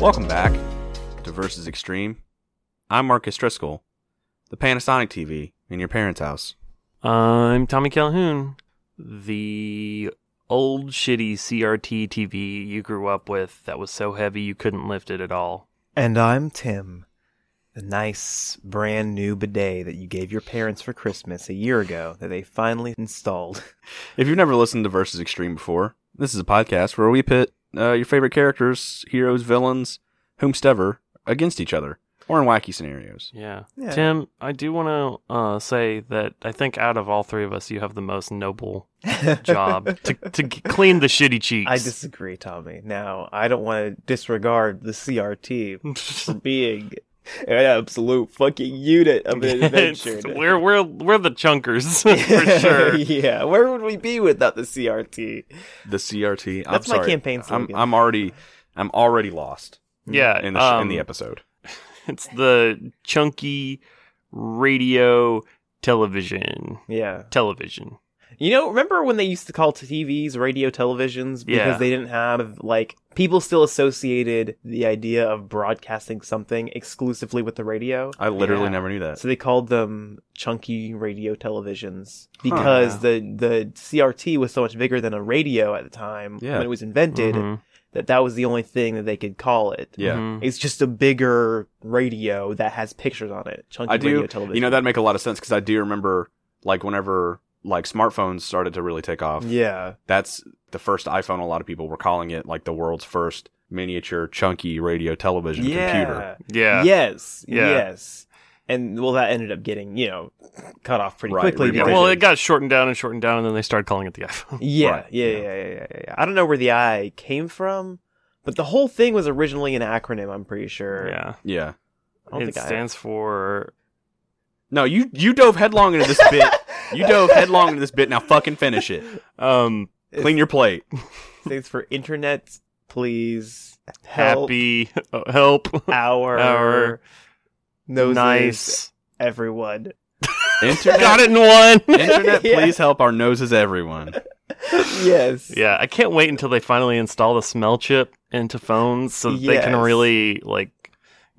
Welcome back to Versus Extreme. I'm Marcus Driscoll, the Panasonic TV in your parents' house. I'm Tommy Calhoun, the old shitty CRT TV you grew up with that was so heavy you couldn't lift it at all. And I'm Tim, the nice brand new bidet that you gave your parents for Christmas a year ago that they finally installed. If you've never listened to Versus Extreme before, this is a podcast where we pit uh, your favorite characters, heroes, villains, whomstever, against each other, or in wacky scenarios. Yeah. Yeah. Tim, I do want to uh, say that I think out of all three of us, you have the most noble job to, to g- clean the shitty cheeks. I disagree, Tommy. Now, I don't want to disregard the CRT for being an absolute fucking unit of an It's- adventure. we're we're we're the chunkers for sure. yeah, where would we be without the CRT? The CRT. I'm That's my sorry. campaign I'm, slogan. I'm already, I'm already lost Yeah, in the, sh in um, the episode. It's the chunky radio television. Yeah. Television. You know, remember when they used to call TVs radio televisions because Yeah. they didn't have like people still associated the idea of broadcasting something exclusively with the radio. I literally yeah. never knew that. So they called them chunky radio televisions because the the CRT was so much bigger than a radio at the time Yeah. Mm-hmm. when it was invented Mhm, that that was the only thing that they could call it. Yeah. mhm. It's just a bigger radio that has pictures on it. Chunky I do- radio television. You know that'd make a lot of sense because I do remember like whenever like smartphones started to really take off. Yeah. That's the first iPhone. A lot of people were calling it like the world's first miniature chunky radio television computer. Yeah. Yes. Yeah. Yes. And well, that ended up getting you know cut off pretty Right, quickly. rebranded. Yeah, because- well, it got shortened down and shortened down, and then they started calling it the iPhone. yeah, Right, yeah, yeah. yeah, yeah, yeah, yeah, yeah. I don't know where the I came from, but the whole thing was originally an acronym. I'm pretty sure. Yeah, Yeah. I don't it think I- stands for No, you you dove headlong into this bit. You dove headlong into this bit. Now fucking finish it. um Clean your plate. Stands for Internet. Please help happy oh, help our our noses nice. everyone. Internet. Got it in one. Internet, Yeah. please help our noses, everyone. yes. yeah, I can't wait until they finally install the smell chip into phones, so that they can Yes. really like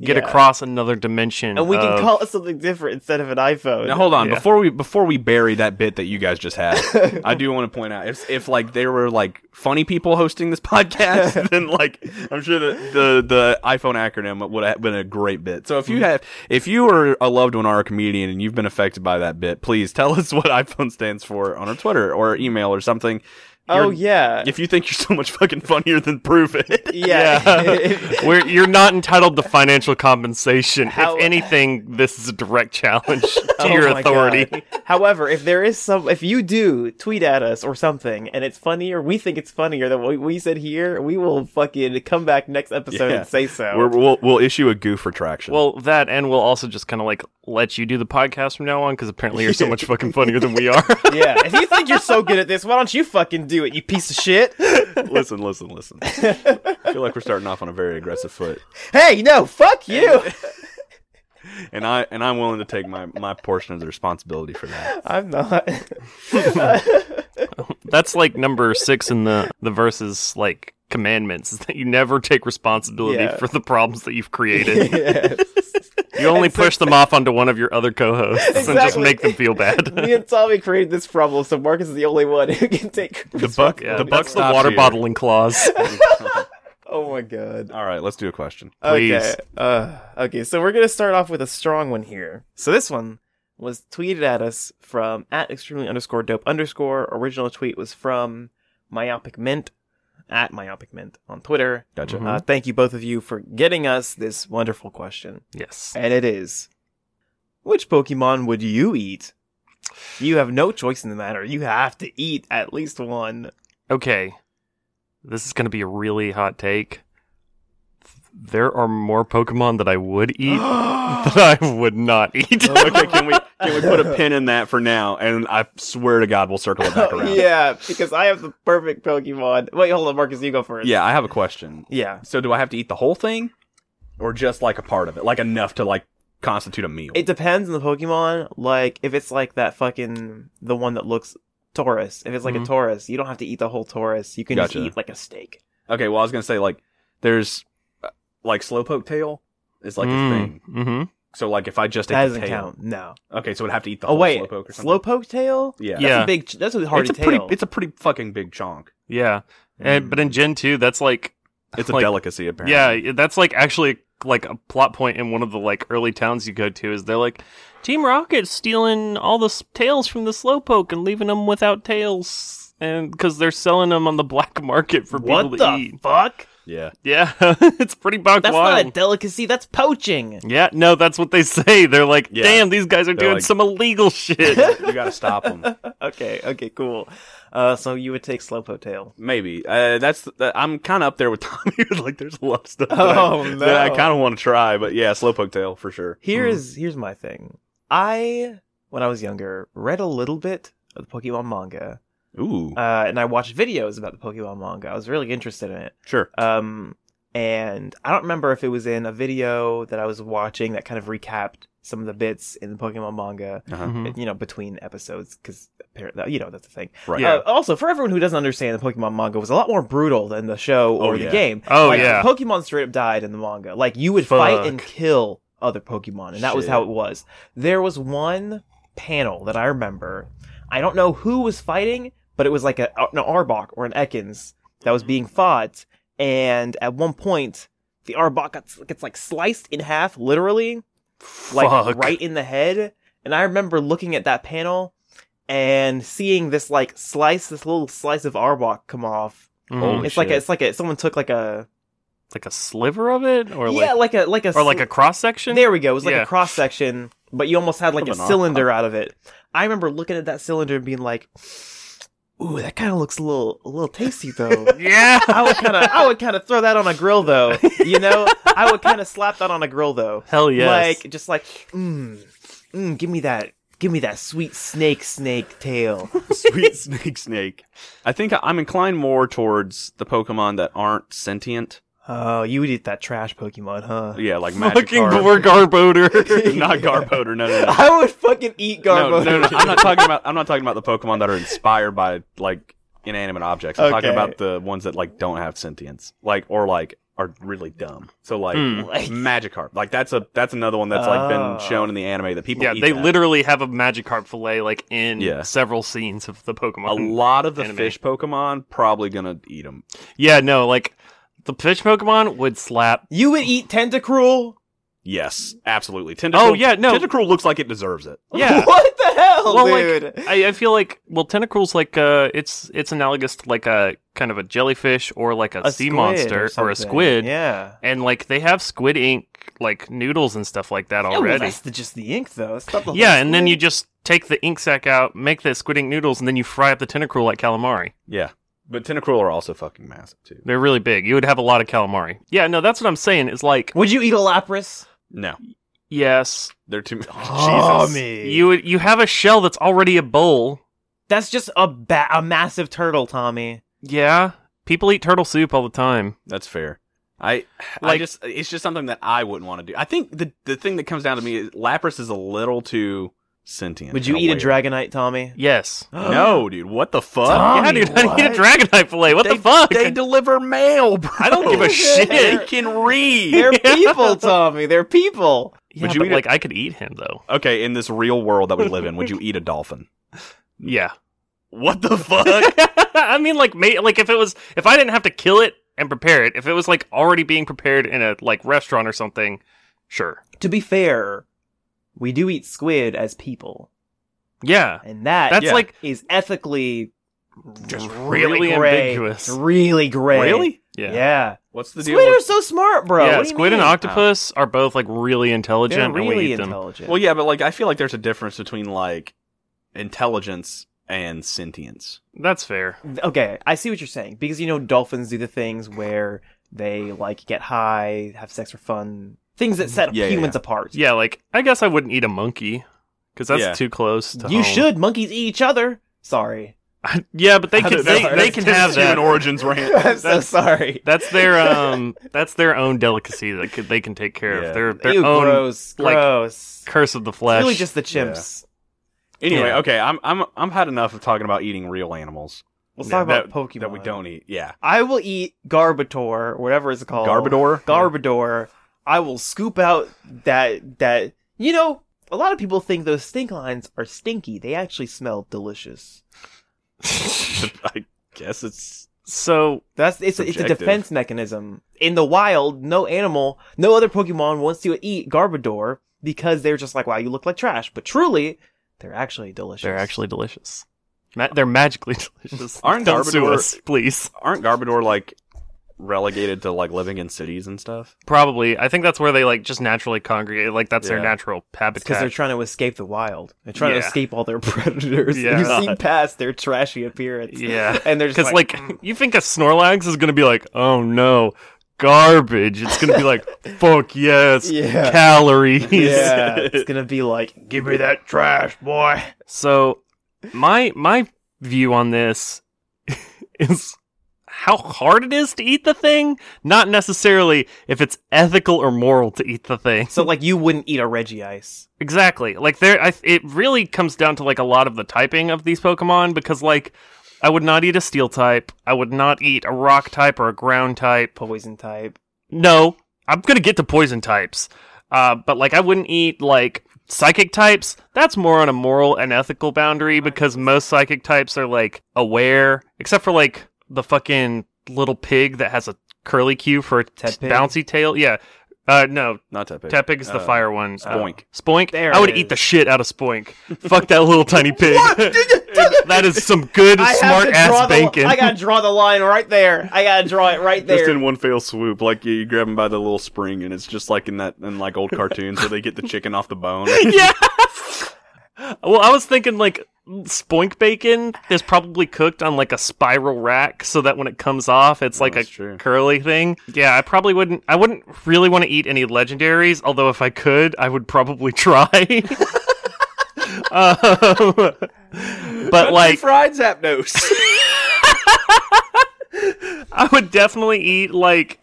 get Yeah. across another dimension. And we can of- call it something different instead of an iPhone. Now hold on Yeah. before we before we bury that bit that you guys just had. I do want to point out if if like there were like funny people hosting this podcast, then like I'm sure that the the iPhone acronym would have been a great bit. So if you have if you are a loved one or a comedian and you've been affected by that bit, please tell us what iPhone stands for on our Twitter or email or something. oh You're- yeah. If you think you're so much fucking funnier, then prove it. yeah. Yeah. We're, you're not entitled to financial compensation. How- if anything, this is a direct challenge to Oh your my authority. God. However, if there is some, if you do tweet at us or something, and it's funnier, we think it's funnier than what we said here, we will fucking come back next episode Yeah. and say so. We're, we'll we'll issue a goof retraction. Well, that and we'll also just kind of like let you do the podcast from now on because apparently you're so much fucking funnier than we are. yeah. If you think you're so good at this, why don't you fucking do it, you piece of shit? listen, listen, listen. I feel like we're starting off on a very aggressive foot. hey, no, fuck you. and I and I'm willing to take my my portion of the responsibility for that. I'm not. That's like number six in the the verses like commandments is that you never take responsibility Yeah. for the problems that you've created. Yes. You only push them off onto one of your other co-hosts and just Exactly. make them feel bad. Me and Tommy created this problem, so Marcus is the only one who can take. The buck Yeah, the the buck buck's the water bottling clause. Oh my god. All right, let's do a question. Please. Okay. Uh, okay, so we're gonna start off with a strong one here. So this one was tweeted at us from at extremely underscore dope underscore. Original tweet was from myopic mint at myopic mint on Twitter. Gotcha. Mhm. Uh, thank you both of you for getting us this wonderful question, Yes. and it is: Which Pokemon would you eat? You have no choice in the matter. You have to eat at least one. Okay. This is going to be a really hot take. There are more Pokemon that I would eat that I would not eat. okay, can we can we put a pin in that for now? And I swear to God, we'll circle it back around. yeah, because I have the perfect Pokemon. Wait, hold on, Marcus, you go first. Yeah, I have a question. Yeah. So, do I have to eat the whole thing, or just like a part of it, like enough to like constitute a meal? It depends on the Pokemon. Like, if it's like that fucking, the one that looks Taurus, if it's like Mhm. a Taurus, you don't have to eat the whole Taurus. You can Mm-hmm. Gotcha. just eat like a steak. okay, well, I was gonna say like there's uh, like slowpoke tail is like a Mm, thing. mhm. So like if I just ate that the doesn't tail, count. No. okay, so it'd have to eat the Oh whole wait, slowpoke or something. slowpoke tail. yeah, Yeah. That's a big. ch- That's a hardy it's a tail. pretty, it's a pretty fucking big chonk. Yeah. Mm. And, but in Gen 2, that's like. It's a like, delicacy apparently. Yeah, that's like actually like a plot point in one of the like early towns you go to is they're like Team Rocket's stealing all the s- tails from the Slowpoke and leaving them without tails, and because they're selling them on the black market for people to what the eat. fuck? yeah. Yeah, it's pretty buck That's wild. not a delicacy. That's poaching. yeah, no, that's what they say. They're like, Yeah. damn, these guys are They're doing like- some illegal shit. Uh-huh. You gotta stop them. okay. Okay. Cool. Uh, so you would take slowpoke tail. Maybe uh, that's that, I'm kind of up there with Tommy. like, there's a lot of stuff that, Oh, I, no. that I kind of want to try, but yeah, slowpoke tail for sure. Here's here's my thing. I when I was younger read a little bit of the Pokemon manga, Ooh, uh, and I watched videos about the Pokemon manga. I was really interested in it. sure. Um, and I don't remember if it was in a video that I was watching that kind of recapped some of the bits in the Pokemon manga, Uh-huh. Mm-hmm. you know, between episodes, because apparently, you know, that's the thing. Right. Yeah. Uh, also, for everyone who doesn't understand, the Pokemon manga was a lot more brutal than the show or Oh, the yeah. game. Oh, Like, yeah. Pokemon straight up died in the manga. Like you would fight and Fuck. kill other Pokemon, and that was Shit. how it was. There was one panel that I remember. I don't know who was fighting, but it was like a, an Arbok or an Ekans that was being fought, and at one point. The Arbok gets, gets like sliced in half, literally, like Fuck. right in the head. And I remember looking at that panel and seeing this like slice, this little slice of Arbok come off. Mhm. Holy oh, it's like a, shit. it's like a someone took like a like a sliver of it, or yeah, like, like a like a or like sl- a cross section. there we go. It was like Yeah. a cross section, but you almost had like Of a an Arbok. cylinder out of it. I remember looking at that cylinder and being like, "Ooh, that kind of looks a little a little tasty though." Yeah. I would kind of I would kind of throw that on a grill though. You know, I would kind of slap that on a grill though. Hell yes. Like just like mm, mm, give me that give me that sweet snake snake tail. Sweet snake, snake. I think I- I'm inclined more towards the Pokemon that aren't sentient. Oh, you would eat that trash Pokemon, huh? Yeah, like fucking Magikarp. poor Garbodor. not Garboder. No, no, no. I would fucking eat No, Garbo. no, no, I'm not talking about. I'm not talking about the Pokemon that are inspired by like inanimate objects. I'm talking Okay. about the ones that like don't have sentience, like or like are really dumb. So like Hmm. Like- Magikarp, like that's a that's another one that's like Oh. been shown in the anime that people. Yeah, eat they that. literally have a Magikarp fillet like in Yeah. several scenes of the a Pokemon. lot of the Anime. fish Pokemon probably gonna eat them. yeah, no, like the fish Pokemon would slap. You would eat Tentacruel? Yes, absolutely. Tentacruel. Oh, yeah, no. Tentacruel looks like it deserves it. Yeah. What the hell, Well, like, dude? I, I feel like well, Tentacruel's like uh, it's it's analogous to like a kind of a jellyfish or like a, sea squid monster or, a something. squid, Yeah. and like they have squid ink like noodles and stuff like that Yeah, well, already. that's the, just the ink, though. It's not the whole Yeah, and then squid. you just take the ink sac out, make the squid ink noodles, and then you fry up the Tentacruel like calamari. Yeah, but Tentacruel are also fucking massive too. They're really big. You would have a lot of calamari. Yeah, no, that's what I'm saying. Is like Would you eat a Lapras? No, yes, they're too. Oh, Jesus. me. You would- you have a shell that's already a bowl. That's just a ba- a massive turtle, Tommy. Yeah, people eat turtle soup all the time. That's fair. I I Like- just it's just something that I wouldn't want to do. I think the the thing that comes down to me is Lapras is a little too sentient. Would you in eat a way. Dragonite, Tommy? Yes. No, dude. What the fuck? Tom, yeah, Tommy, dude, I need a what? dragonite fillet. What they, the fuck? They deliver mail, bro. I don't give a shit. They can read. They're people, Tommy. They're people. yeah, Would you but, eat a- like I could eat him though. okay, in this real world that we live in, would you eat a dolphin? Yeah. What the fuck? I mean, like, ma- like if it was, if I didn't have to kill it and prepare it, if it was like already being prepared in a like restaurant or something, sure. To be fair, we do eat squid as people, Yeah. and that That's Uh, Yeah. like is ethically just really, really gray. ambiguous. It's really gray. Really? Yeah. Yeah. What's the deal? Squid are With- so smart, bro. yeah, What do you squid and mean? octopus are both like really intelligent, They're and we really eat them. intelligent. well, yeah, but like I feel like there's a difference between like intelligence and sentience. That's fair. okay, I see what you're saying because you know dolphins do the things where they like get high, have sex for fun, things that set Yeah, yeah, humans apart. Yeah, like I guess I wouldn't eat a monkey because that's Yeah. too close. To you home. should. Monkeys eat each other. Sorry, yeah, but they I can don't know. they, they That's can just have human that. origins rant. I'm so sorry. That's their um. that's their own delicacy that could, they can take care Yeah. of. Their their Ew, own gross, like, gross. curse of the It's flesh. really just the chimps. Anyway, Yeah. okay, I'm I'm I'm had enough of talking about eating real animals. Let's Yeah, talk about that- Pokemon that we don't eat. Yeah, I will eat Garbator, whatever it's called. Garbodor. Garbodor. I will scoop out that that you know, a lot of people think those stink lines are stinky. They actually smell delicious. I guess it's So That's it's a, it's a Subjective. defense mechanism. In the wild, no animal, no other Pokemon wants to eat Garbodor because they're just like, wow, you look like trash. But truly, they're actually delicious. they're actually delicious. Ma- they're magically delicious. Aren't Don't sue Garbodor- us, please. aren't Garbodor like relegated to like living in cities and stuff? Probably. I think that's where they like just naturally congregate. Like that's their Yeah. natural because they're habitat. trying to escape the wild. They're trying to Yeah. escape all their predators. Yeah. You see past their trashy appearance. Yeah. And they're just Because like, mm. like, you think a Snorlax is gonna be like, oh no, garbage. It's gonna be like, fuck yes, Yeah. calories. Yeah, it's gonna be like, give me that trash, boy. So my my view on this is how hard it is to eat the thing, not necessarily if it's ethical or moral to eat the thing. So like, you wouldn't eat a Reggie Ice. Exactly. Like there I it really comes down to like a lot of the typing of these Pokemon because like I would not eat a steel type. I would not eat a rock type or a ground type. poison type. No, I'm going to get to poison types. Uh, but like I wouldn't eat like psychic types. That's more on a moral and ethical boundary because most psychic types are like aware, except for like the fucking little pig that has a curly cue for a t- Tepig? bouncy tail. Yeah. Uh, no, Not Tepig. Tepig's the Uh, fire one. Uh, Spoink. Spoink. There I would it eat the is. shit out of Spoink. Fuck that little tiny pig. that is some good I have smart to draw ass the. bacon. I gotta draw the line right there. I gotta draw it right Just there. in one fail swoop, like you, you grab him by the little spring, and it's just like in that in like old cartoons where they get the chicken off the bone. yes. Well, I was thinking like spoink bacon is probably cooked on like a spiral rack, so that when it comes off, it's like a Oh, that's true. curly thing. Yeah, I probably wouldn't. I wouldn't really want to eat any legendaries, although if I could, I would probably try. um, but like, fried Zapdos. I would definitely eat like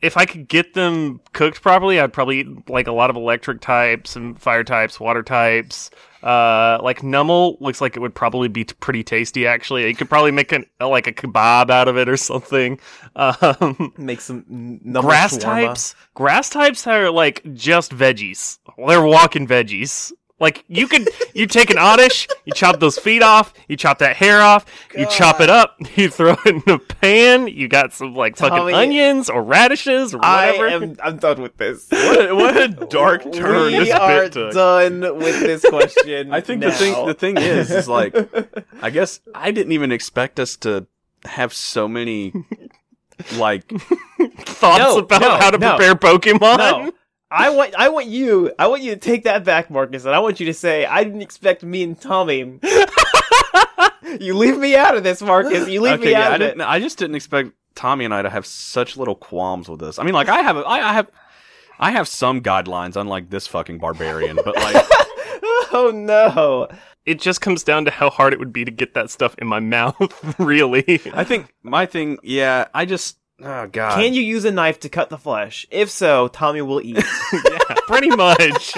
if I could get them cooked properly, I'd probably eat like a lot of electric types and fire types, water types. Uh, like Nummel looks like it would probably be t- pretty tasty. Actually, you could probably make an like a kebab out of it or something. Um, Make some n- number grass shawarma. types, grass types are like just veggies. They're walking veggies. Like you could, you take an oddish, you chop those feet off, you chop that hair off, you chop it up, you throw it in a pan. You got some like Tommy, fucking onions or radishes or I whatever. am. I'm done with this. what, a, what a dark turn we this are bit took. done with this question. I think the thing now. the thing is is like I guess I didn't even expect us to have so many like Thoughts No, about no, how to no. prepare Pokemon. No. I want I want you I want you to take that back, Marcus, and I want you to say I didn't expect me and Tommy. you leave me out of this, Marcus. You leave okay me yeah, out I of it. didn't I just didn't expect Tommy and I to have such little qualms with this. I mean like I have I, I have I have some guidelines unlike this fucking barbarian but like Oh no. It just comes down to how hard it would be to get that stuff in my mouth. Really, I think my thing yeah I just oh god Can you use a knife to cut the flesh? If so, Tommy will eat. yeah, pretty much.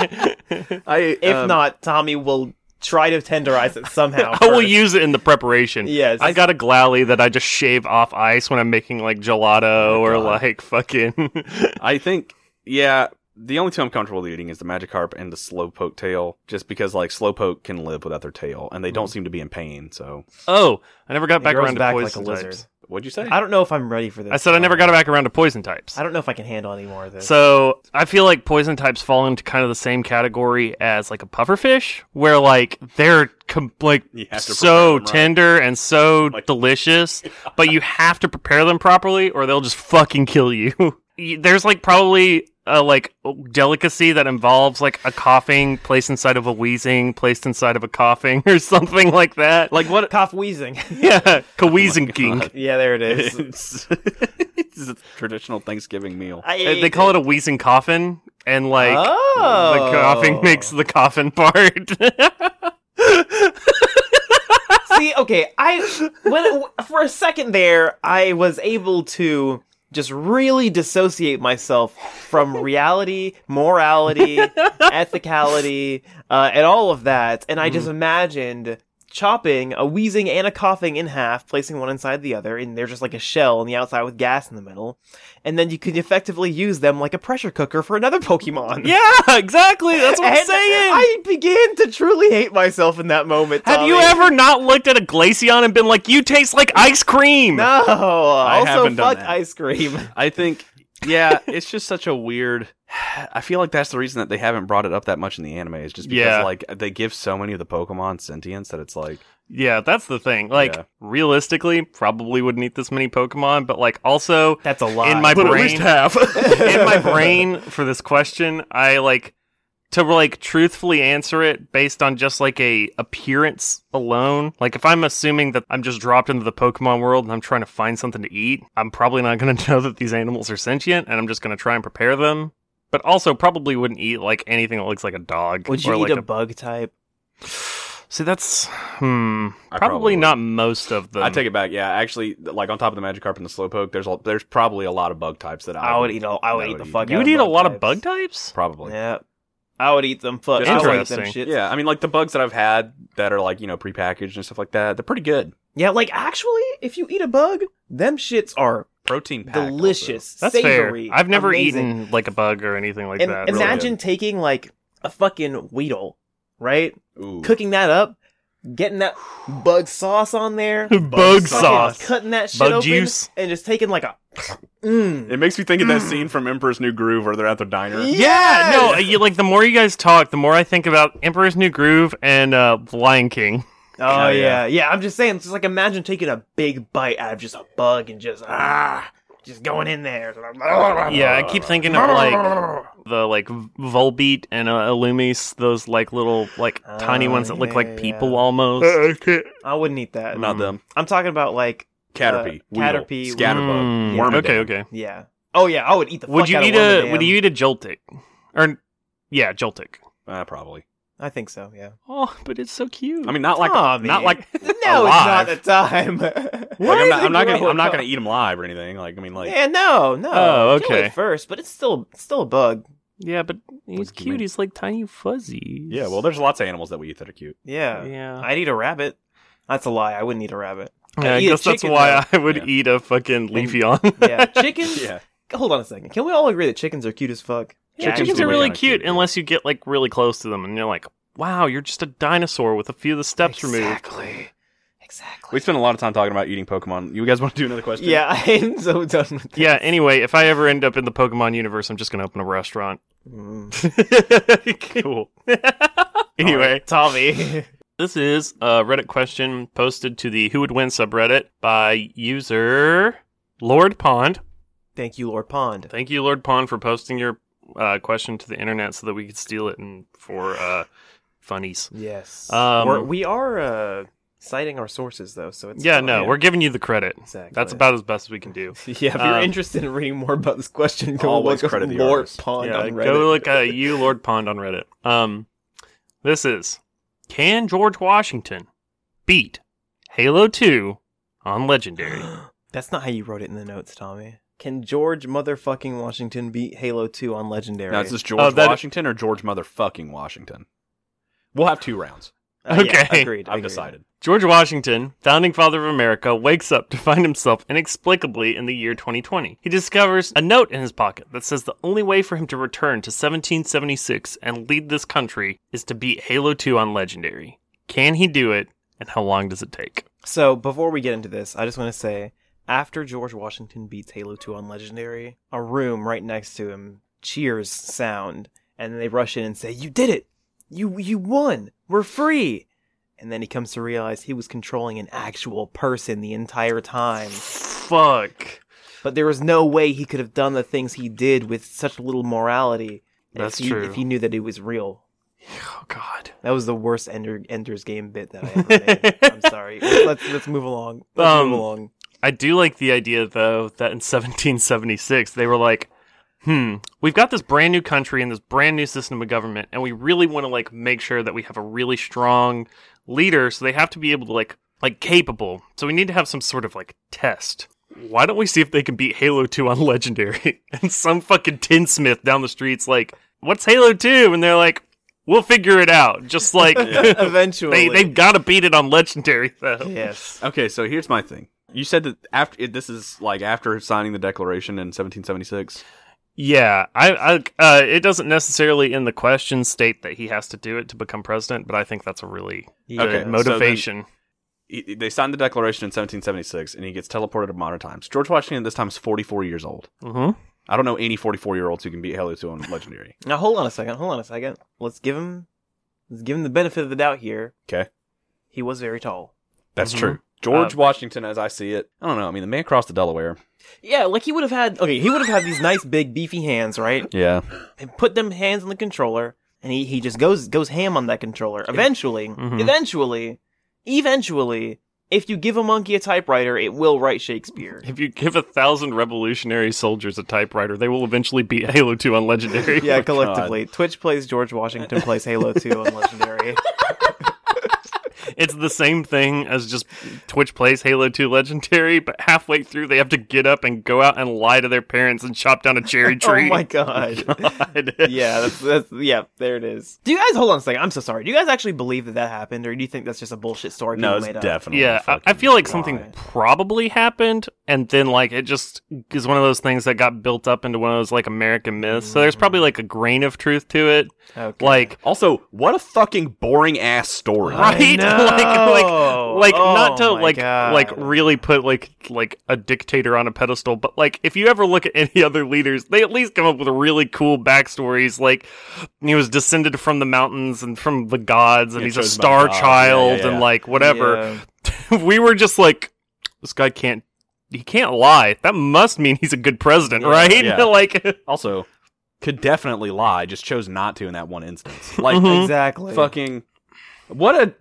I If um, not, Tommy will try to tenderize it somehow. I will first. use it in the preparation. Yes. I got a glally that I just shave off ice when I'm making like gelato or God. like fucking. I think, yeah, the only two I'm comfortable eating is the Magikarp and the Slowpoke tail, just because like Slowpoke can live without their tail, and they don't Mm. seem to be in pain. So, oh, I never got It back grows around back to like a poison lizard. types. what'd you say? I don't know if I'm ready for this. I said I never got back around to poison types. I don't know if I can handle any more of this. So I feel like poison types fall into kind of the same category as like a pufferfish, where like they're com- like You have to so prepare them right. tender and so Like- delicious, but you have to prepare them properly, or they'll just fucking kill you. You- There's like probably a like delicacy that involves like a coughing placed inside of a wheezing, placed inside of a coughing, or something like that. like what? Cough wheezing. Oh Yeah, kawheezing yeah, there it is. it's, it's a traditional Thanksgiving meal. I They call it a wheezing coffin, and like oh. the coughing makes the coffin part. See, okay, I when for a second there, I was able to just really dissociate myself from reality, Mm-hmm. morality, ethicality, uh, and all of that, and I just imagined chopping a wheezing and a coughing in half, placing one inside the other, and they're just like a shell on the outside with gas in the middle. And then you can effectively use them like a pressure cooker for another Pokemon. Yeah, exactly. That's what I'm And saying. I began to truly hate myself in that moment. Have you Tommy. ever not looked at a glaceon and been like, "You taste like ice cream"? No. also, haven't done fuck that. ice cream. I think, yeah, it's just such a weird. I feel like that's the reason that they haven't brought it up that much in the anime is just because Yeah. like they give so many of the Pokemon sentience that it's like Yeah, that's the thing. Like, Yeah. realistically, probably wouldn't eat this many Pokemon, but like, also That's a lot. in my But at brain, least half. in my brain for this question, I like to like truthfully answer it based on just like a appearance alone. Like, if I'm assuming that I'm just dropped into the Pokemon world and I'm trying to find something to eat, I'm probably not going to know that these animals are sentient, and I'm just going to try and prepare them. But also, probably wouldn't eat like anything that looks like a dog. Would you or, eat like, a bug type? See, that's hmm. I Probably, probably not most of them. I take it back. Yeah, actually, like on top of the Magikarp and the Slowpoke, there's a, there's probably a lot of bug types that I, I would eat. All, I would I eat would the eat- fuck. You out would eat a lot types. of bug types. probably. Yeah, I would eat them. Fuck, I would eat them Interesting. shit. Yeah, I mean, like the bugs that I've had that are like you know prepackaged and stuff like that, they're pretty good. Yeah, like actually, if you eat a bug, them shits are Protein packed, also. delicious, That's savory. fair. I've never amazing. eaten like a bug or anything like Im- that. really. imagine taking like a fucking Weedle, right? Ooh. Cooking that up, getting that bug sauce on there, bug fucking sauce. cutting that shit Bug open, juice. and just taking like a. Mm. It makes me think of that scene from Emperor's New Groove where they're at the diner. Yeah, no, uh, you, like the more you guys talk, the more I think about Emperor's New Groove and uh, Lion King. Oh Oh, yeah, yeah. yeah. I'm just saying, it's just like imagine taking a big bite out of just a bug and just ah, just going in there. Yeah, I keep thinking of like the like Volbeat and uh, Illumis, those like little like tiny Oh, ones that look yeah, like yeah. people Uh, almost. I wouldn't eat that. Not them. I'm talking about like Caterpie, Uh, Weedle, Caterpie, Hmm. Scatterbug, Mm, Wormadam. okay, okay. yeah. Oh yeah, I would eat the. Would fuck you out eat of a Wormadam. Would you eat a Joltik? Or yeah, Joltik. Uh, probably. I think so. Yeah. Oh, but it's so cute. I mean, not like Tommy. not like no, alive. it's not the time. Like, Why I'm is not, it I'm not gonna grow I'm not up? gonna eat them live or anything. Like I mean, like Yeah, no, no. Oh, Kill it okay. first, but it's still it's still a bug. yeah, but What he's do you mean? cute. He's like tiny fuzzies. yeah. Well, there's lots of animals that we eat that are cute. Yeah. yeah. I'd eat a rabbit. That's a lie. I wouldn't eat a rabbit. I, I'd eat a guess that's chicken, why I would Yeah. eat a fucking Leafeon. Yeah, chickens. Yeah. Hold on a second. Can we all agree that chickens are cute as fuck? yeah, Chickens chickens would are be really kinda cute cute, yeah. unless you get like really close to them and you're like, wow, you're just a dinosaur with a few of the steps removed. Exactly. Exactly. We spent a lot of time talking about eating Pokemon. You guys want to do another question? Yeah, I am so done with this. Yeah. Anyway, if I ever end up in the Pokemon universe, I'm just gonna open a restaurant. Mm. cool. anyway, Tommy. This is a Reddit question posted to the Who Would Win subreddit by user Lord Pond. Thank you, Lord Pond. Thank you, Lord Pond, for posting your uh, question to the internet so that we could steal it and for uh, funnies. Yes. Um, we're, we are uh, citing our sources though, so it's Yeah, fine. no, we're giving you the credit. exactly. That's about as best as we can do. Yeah, if you're um, interested in reading more about this question, go Always look up credit the Lord artist. Pond Yeah, on Reddit. go look at you, Lord Pond, on Reddit. Um, this is Can George Washington beat Halo 2 on Legendary? That's not how you wrote it in the notes, Tommy. Can George motherfucking Washington beat Halo 2 on Legendary? Now is this George Oh, that- Washington or George motherfucking Washington? We'll have two rounds. Uh, yeah, Okay. agreed. I've agreed. decided. George Washington, founding father of America, wakes up to find himself inexplicably in the year 2020. He discovers a note in his pocket that says the only way for him to return to 1776 and lead this country is to beat Halo 2 on Legendary. Can he do it, and how long does it take? So before we get into this, I just want to say after George Washington beats Halo 2 on Legendary, a room right next to him cheers sound, and they rush in and say, "You did it! You you won! We're free!" And then he comes to realize he was controlling an actual person the entire time. Fuck. But there was no way he could have done the things he did with such little morality. That's if he, true. If he knew that it was real, Oh, God. that was the worst Ender, Ender's Game bit that I ever made. I'm sorry. Let's let's move along. Let's Um, move along. I do like the idea, though, that in 1776 they were like, hmm, we've got this brand new country and this brand new system of government, and we really want to like make sure that we have a really strong leader. So they have to be able to like like capable. So we need to have some sort of like test. Why don't we see if they can beat Halo 2 on Legendary? and some fucking tinsmith down the street's like, what's Halo 2? And they're like, We'll figure it out. Just like Eventually. they they've got to beat it on legendary though. yes. Okay, so here's my thing. You said that after it, this is like after signing the Declaration in 1776. Yeah, I, I uh, it doesn't necessarily in the question state that he has to do it to become president, but I think that's a really good Okay, so then- motivation. He- They signed the Declaration in 1776, and he gets teleported to modern times. George Washington at this time is 44 years old. hmm I don't know any 44 year olds who can beat Haley to on legendary. Now hold on a second. Hold on a second. Let's give him let's give him the benefit of the doubt here. Okay. He was very tall. That's Mm-hmm. Mhm. true. George Um, Washington, as I see it, I don't know. I mean, the man crossed the Delaware. Yeah, like he would have had okay, he would have had these nice big beefy hands, right? Yeah, And put them hands on the controller and he, he just goes goes ham on that controller. Eventually, Mhm. eventually, eventually, if you give a monkey a typewriter, it will write Shakespeare. If you give a thousand revolutionary soldiers a typewriter, they will eventually beat Halo 2 on legendary. Yeah, Oh, God. collectively. Twitch plays George Washington plays Halo 2 on Legendary. It's the same thing as just Twitch plays Halo 2 legendary, but halfway through they have to get up and go out and lie to their parents and chop down a cherry tree. Oh my god. God. yeah, that's, that's yeah. There it is. Do you guys hold on a second? I'm so sorry. Do you guys actually believe that that happened, or do you think that's just a bullshit story? no, people it's made up? definitely. Yeah, I, I fucking feel like lie. something probably happened, and then like it just is one of those things that got built up into one of those like American myths. So there's probably Mm. like a grain of truth to it. Okay. Like Also, what a fucking boring ass story. I right, like know. like like Oh not to my like God. like really put like like a dictator on a pedestal, but like if you ever look at any other leaders, they at least come up with really cool backstories. Like he was descended from the mountains and from the gods, and Yeah, he's a chosen by star God. Yeah, child, yeah, yeah. and like whatever. Yeah. we were just like, this guy can't. He can't lie. That must mean he's a good president, Yeah. right? Yeah. like, Also, could definitely lie. Just chose not to in that one instance. Like Mhm. Exactly. fucking. What a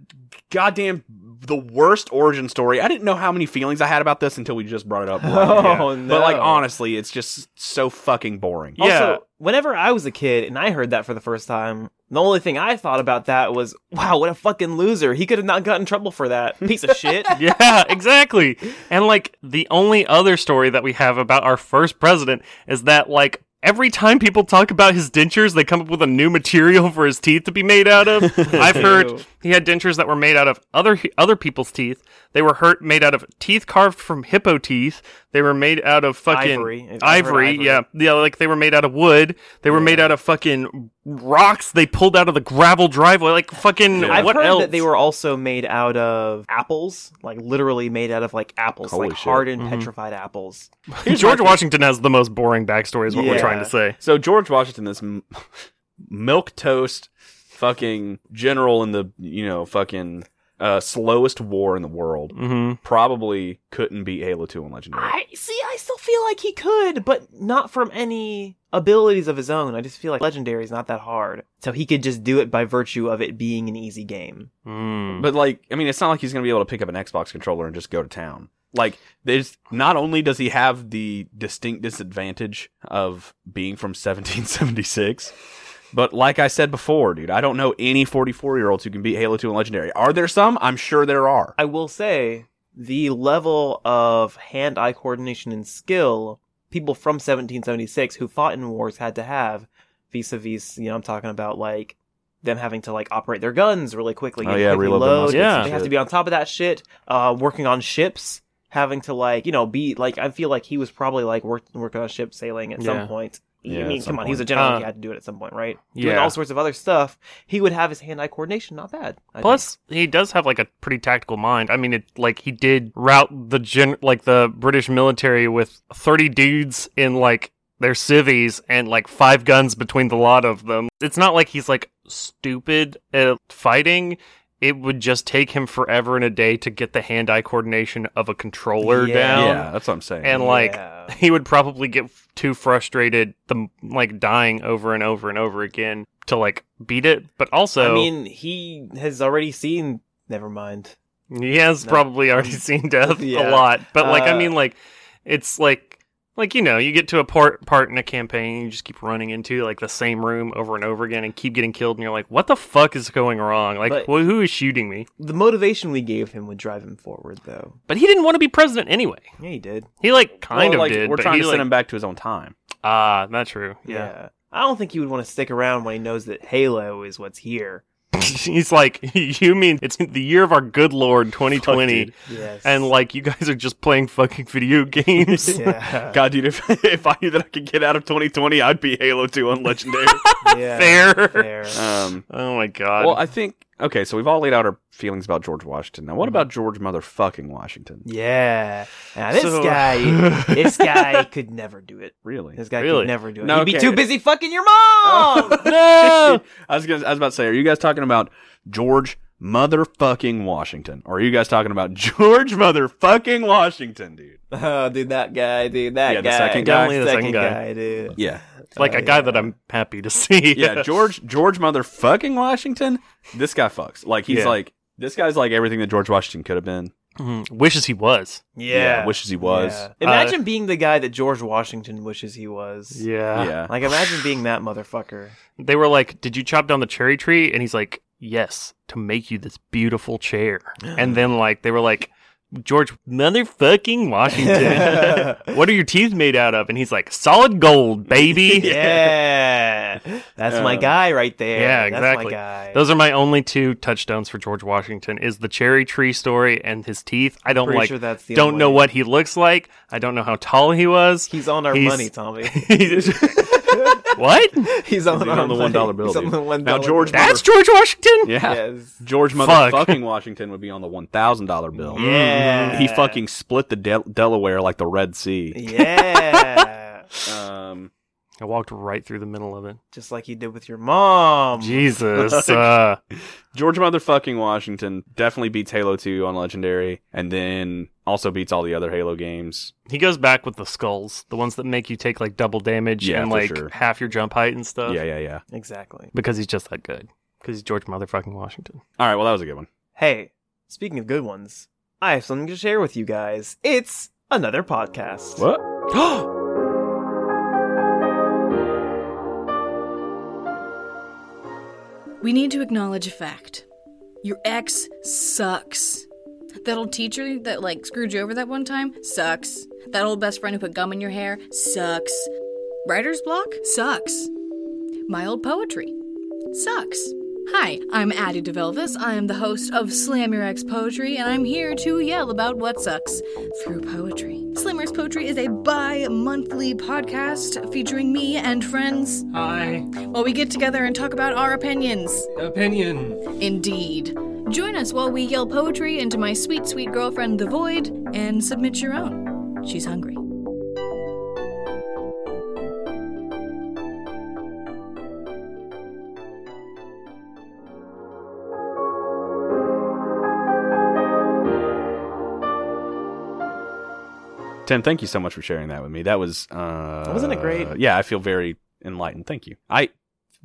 goddamn the worst origin story. I didn't know how many feelings I had about this until we just brought it up. Oh, But like no. honestly, it's just so fucking boring. Yeah. Also, whenever I was a kid and I heard that for the first time, the only thing I thought about that was, "Wow, what a fucking loser! He could have not gotten in trouble for that piece of shit." yeah, exactly. And like, the only other story that we have about our first president is that like. Every time people talk about his dentures, they come up with a new material for his teeth to be made out of. I've heard he had dentures that were made out of other other people's teeth. They were hurt made out of teeth carved from hippo teeth. They were made out of fucking Ivory. I've heard ivory, ivory. yeah, yeah. Like they were made out of wood. They were made out of fucking rocks. They pulled out of the gravel driveway. Like fucking I've what heard else? that they were also made out of apples, like literally made out of like apples, Holy like shit. hardened petrified apples. George Washington has the most boring backstory. Is what we're Yeah. trying to say. So George Washington, this m- milk toast fucking general in the you know fucking uh, slowest war in the world, hmm probably couldn't beat Halo Two on Legendary. I see. I still feel like he could, but not from any abilities of his own. I just feel like legendary is not that hard, so he could just do it by virtue of it being an easy game. Mm. But like, I mean, it's not like he's gonna be able to pick up an Xbox controller and just go to town. Like, there's not only does he have the distinct disadvantage of being from 1776, but like I said before, dude, I don't know any 44 year olds who can beat Halo 2 and Legendary. Are there some? I'm sure there are. I will say the level of hand-eye coordination and skill people from 1776 who fought in wars had to have vis-a-vis, you know, I'm talking about like them having to like operate their guns really quickly. Oh, and yeah, quickly reload their muskets Yeah. and They have shit. to be on top of that shit, uh, working on ships, having to like, you know, be like, I feel like he was probably like work, working on ship sailing at Yeah. some point. Yeah, I at mean, some come on, he was a point. general. Uh, he had to do it at some point, right? Doing yeah. all sorts of other stuff. He would have his hand-eye coordination not bad. I Plus, he does have like a pretty tactical mind. I mean, it like he did route the gen like the British military with thirty dudes in like their civvies and like five guns between the lot of them. It's not like he's like stupid at fighting. It would just take him forever and a day to get the hand-eye coordination of a controller Yeah. down. yeah, that's what I'm saying. And think. like Yeah. he would probably get f- too frustrated, the like dying over and over and over again to like beat it. But also, I mean, he has already seen. Never mind. He has No. probably Um, already seen death a Yeah. lot, but like I Uh, mean, like it's like like you know, you get to a part part in a campaign, you just keep running into like the same room over and over again, and keep getting killed, and you're like, what the fuck is going wrong? Like, But- wh- who is shooting me? The motivation we gave him would drive him forward, though. But he didn't want to be president anyway. Yeah, he did. He like kind Well, of like, did. We're but trying he, to like, send him back to his own time. Ah, not true. Yeah. I don't think he would want to stick around when he knows that Halo is what's here. He's like, you mean it's the year of our good lord, 2020, dude. Yes. and like you guys are just playing fucking video games. yeah, God, dude, if, if I knew that I could get out of 2020, I'd be Halo 2 on Legendary. yeah, Fair. fair. um, Oh my god. well, I think, okay, so we've all laid out our feelings about George Washington. Now, what about George motherfucking Washington? Yeah. Now, this So- guy, this guy could never do it. Really? This guy Really? could never do it. No, He'd be okay. too busy fucking your Oh, mom. no. I was gonna, I was about to say, are you guys talking about George motherfucking Washington, or are you guys talking about George motherfucking Washington, dude? oh, dude, that guy, dude, that Yeah, the guy, second guy. Definitely the second guy. dude. Yeah, like Oh, a guy yeah. that I'm happy to see. yeah. George, George motherfucking Washington. This guy fucks. Like he's Yeah. like this guy's like everything that George Washington could have been. Mhm. Wishes he was. Yeah. wishes he was. Uh, Yeah. Imagine being the guy that George Washington wishes he was. Yeah. Yeah. Like, imagine being that motherfucker. They were like, "Did you chop down the cherry tree?" And he's like, "Yes, to make you this beautiful chair." and then like they were like, "George motherfucking Washington." What are your teeth made out of? And he's like, solid gold, baby. yeah. That's my Um, guy right there. yeah, That's my exactly. guy. Those are my only two touchdowns for George Washington is the cherry tree story and his teeth. I don't Pretty like sure that's the don't only know one. what he looks like. I don't know how tall he was. He's on our He's- money, Tommy. what? He's on, He's our on the one money. dollar bill, He's on dude. the one Now, dollar George- bill. That's George Washington? yeah. Yes. George Fuck. motherfucking Washington would be on the one thousand dollar bill. Yeah. Mm-hmm. He fucking split the Del Delaware like the Red Sea. Yeah. Um, I walked right through the middle of it. Just like he did with your mom. Jesus. uh, George motherfucking Washington definitely beats Halo 2 on Legendary, and then also beats all the other Halo games. he goes back with the skulls, the ones that make you take like double damage Yeah, and for like sure. half your jump height and stuff. Yeah, yeah, yeah. Exactly. Because he's just that good. Because he's George motherfucking Washington. All right, well, that was a good one. Hey, speaking of good ones, I have something to share with you guys. It's another podcast. What? We need to acknowledge a fact. Your ex sucks. That old teacher that like screwed you over that one time sucks. That old best friend who put gum in your hair sucks. Writer's block sucks. My old poetry sucks. Hi, I'm Addie DeVelvis. I am the host of Slam Your Ex Poetry, and I'm here to yell about what sucks through poetry. Slammer's Poetry is a bi monthly podcast featuring me and friends Hi. while we get together and talk about our opinions. Opinion. Indeed. Join us while we yell poetry into my sweet, sweet girlfriend, The Void, and submit your own. She's hungry. Tim, thank you so much for sharing that with me. That was uh Wasn't it great? Yeah, I feel very enlightened. Thank you. I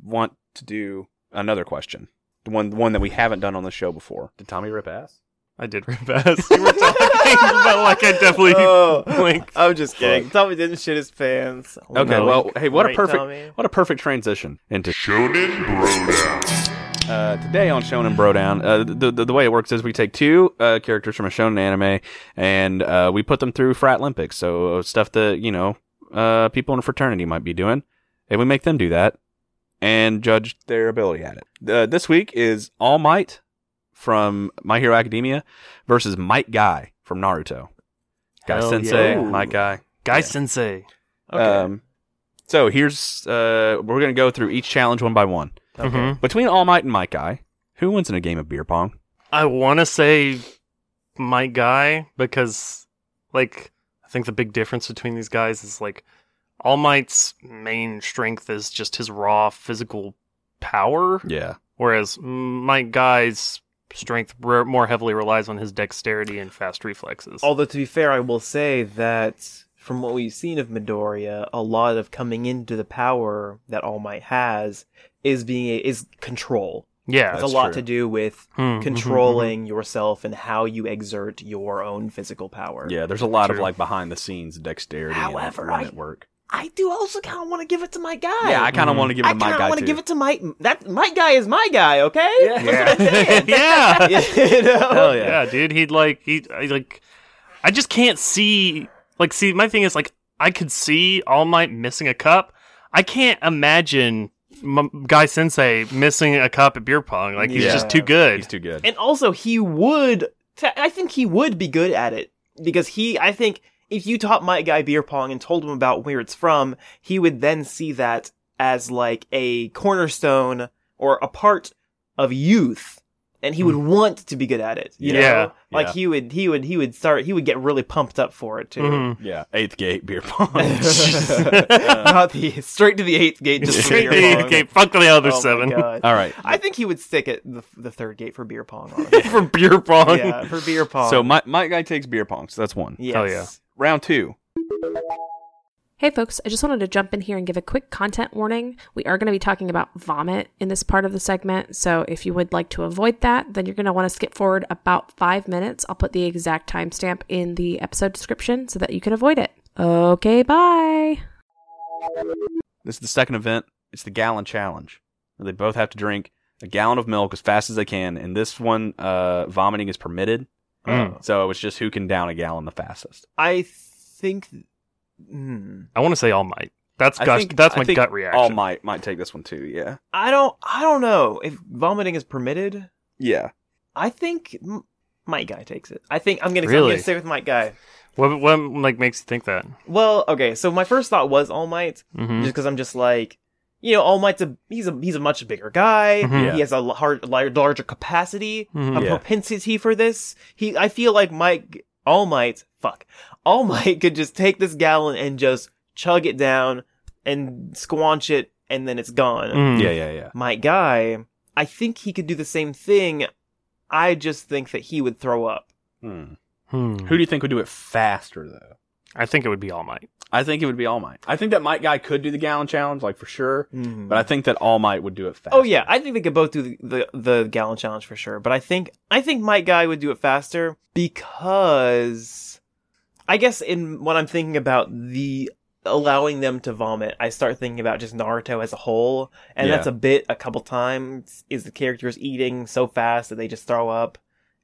want to do another question. The one the one that we haven't done on the show before. Did Tommy rip ass? I did rip ass. We were talking about like I definitely Uh, Oh, blinked. I'm just kidding. Tommy didn't shit his pants. Oh, Okay, no. well, hey, what Right, a perfect Tommy? what a perfect transition into Shonen Brodown. Uh, today on Shonen Brodown, uh, the, the the way it works is we take two uh, characters from a Shonen anime and uh, we put them through frat Olympics, so uh, stuff that you know uh, people in a fraternity might be doing, and we make them do that and judge their ability at it. Uh, this week is All Might from My Hero Academia versus Might Guy from Naruto. Guy Hell Sensei, yeah. Might Guy. Guy Sensei. Okay. Um, so here's uh, we're gonna go through each challenge one by one. Okay. Mhm. Between All Might and Mike Guy, who wins in a game of beer pong? I want to say my guy because, like, I think the big difference between these guys is like All Might's main strength is just his raw physical power, Yeah, whereas my guy's strength re- more heavily relies on his dexterity and fast reflexes. Although to be fair, I will say that from what we've seen of Midoriya, a lot of coming into the power that All Might has is being is control. yeah. It's a That's lot true. Mm-hmm, to do with Hmm, mhm, controlling yourself and how you exert your own physical power. yeah. There's a lot of True. like behind the scenes dexterity. However, and I- at work. I do also kind of want to give it to my guy. yeah, I kind of Mhm. want to give it I to Mike kind of Guy want too. to give it to my that my guy is my guy. Okay. That's what I'm Yeah. saying. yeah. You know? Hell yeah. yeah, dude. He'd like he I, like I just can't see like see my thing is like I could see All Might missing a cup. I can't imagine M- Guy Sensei missing a cup at beer pong. Like he's Yeah. just too good. He's too good. And also, he would. te- I think he would be good at it because he. I think if you taught my guy beer pong and told him about where it's from, he would then see that as like a cornerstone or a part of youth, and he would want to be good at it. You Yeah. know, like Mm. Yeah. he would. He would. He would start. He would get really pumped up for it too. Mhm. yeah, eighth gate beer pong. Not the straight to the eighth gate. Just for beer Hey, pong. okay, fuck the other Oh my seven God. All right. I think he would stick at the, the third gate for beer pong. honestly. for beer pong. yeah, for beer pong. So my my guy takes beer pong. So that's one. yes. Oh, yeah. Round two. Hey folks, I just wanted to jump in here and give a quick content warning. We are going to be talking about vomit in this part of the segment, so if you would like to avoid that, then you're going to want to skip forward about five minutes. I'll put the exact timestamp in the episode description so that you can avoid it. Okay, bye. This is the second event. It's the gallon challenge. where They both have to drink a gallon of milk as fast as they can. And this one, uh, vomiting is permitted. Mm. So it's just who can down a gallon the fastest. Uh, I think. Hmm. I want to say All Might. That's I gosh, think- that's I my think gut reaction. All Oh, might might take this one too. Yeah. I don't. I don't know if vomiting is permitted. Yeah. I think M- my guy takes it. I think I'm gonna. I'm Really? gonna stay with my guy. What, what like makes you think that? Well, okay. So my first thought was All Might, Mhm. just because I'm just like, you know, All Might's a he's a he's a much bigger guy. Mhm. Yeah. He has a l- hard, lar- larger capacity, Mhm. a Yeah. propensity for this. He. I feel like Mike All Might. Fuck. All Might could just take this gallon and just chug it down and squanch it, and then it's gone. Mm. Hmm. Yeah. Yeah. Yeah. my guy, I think he could do the same thing. I just think that he would throw up. Hmm. Hmm. Who do you think would do it faster though? I think it would be All Might. I think it would be All Might. I think that Might guy could do the gallon challenge, like for sure. But I think that All Might would do it fast. oh yeah, I think they could both do the, the the gallon challenge for sure. But I think I think my guy would do it faster because I guess in what I'm thinking about the allowing them to vomit, I start thinking about just Naruto as a whole, and Yeah. that's a bit a couple times is the characters eating so fast that they just throw up.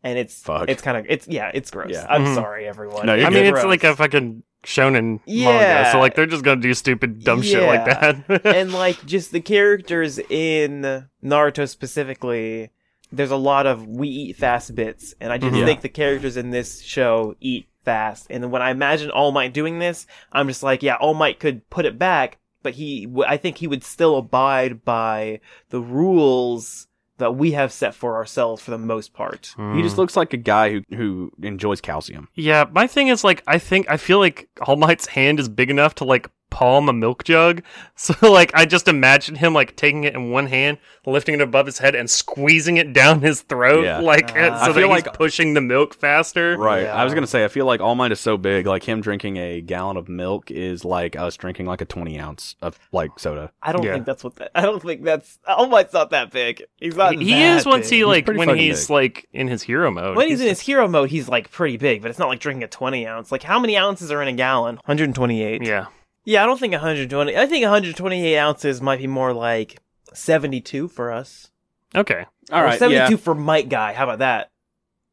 And it's Fuck. it's kind of it's yeah it's gross. Yeah. I'm Mhm. sorry everyone. No, you're I mean, it's Gross. like a fucking shonen manga, Yeah. so like they're just gonna do stupid, dumb shit like Yeah. that. and like just the characters in Naruto specifically, there's a lot of we eat fast bits, and I just Mm-hmm. Mhm. think the characters in this show eat fast. And when I imagine All Might doing this, I'm just like, yeah, All Might could put it back, but he, w- I think he would still abide by the rules that we have set for ourselves for the most part. Hmm. He just looks like a guy who who enjoys calcium. Yeah, my thing is like I think I feel like All Might's hand is big enough to like palm a milk jug. So like I just imagine him like taking it in one hand, lifting it above his head and squeezing it down his throat Yeah. like Ah. I so that Uh, feel he's like- pushing the milk faster. Right. Yeah. I was gonna say, I feel like All Might is so big. Like him drinking a gallon of milk is like us drinking like a twenty ounce of like soda. I don't Yeah. think that's what that, I don't think that's All Might's not that big. He's not. He that is once big. he like pretty when fucking he's big. like in his hero Oh, mode. When he's in his hero mode, he's like pretty big, but it's not like drinking a 20 ounce. Like, how many ounces are in a gallon? 128. Yeah. Yeah, I don't think 120. I think 128 ounces might be more like 72 for us. Okay. All Or right. 72 Yeah. for Mike Guy. How about that?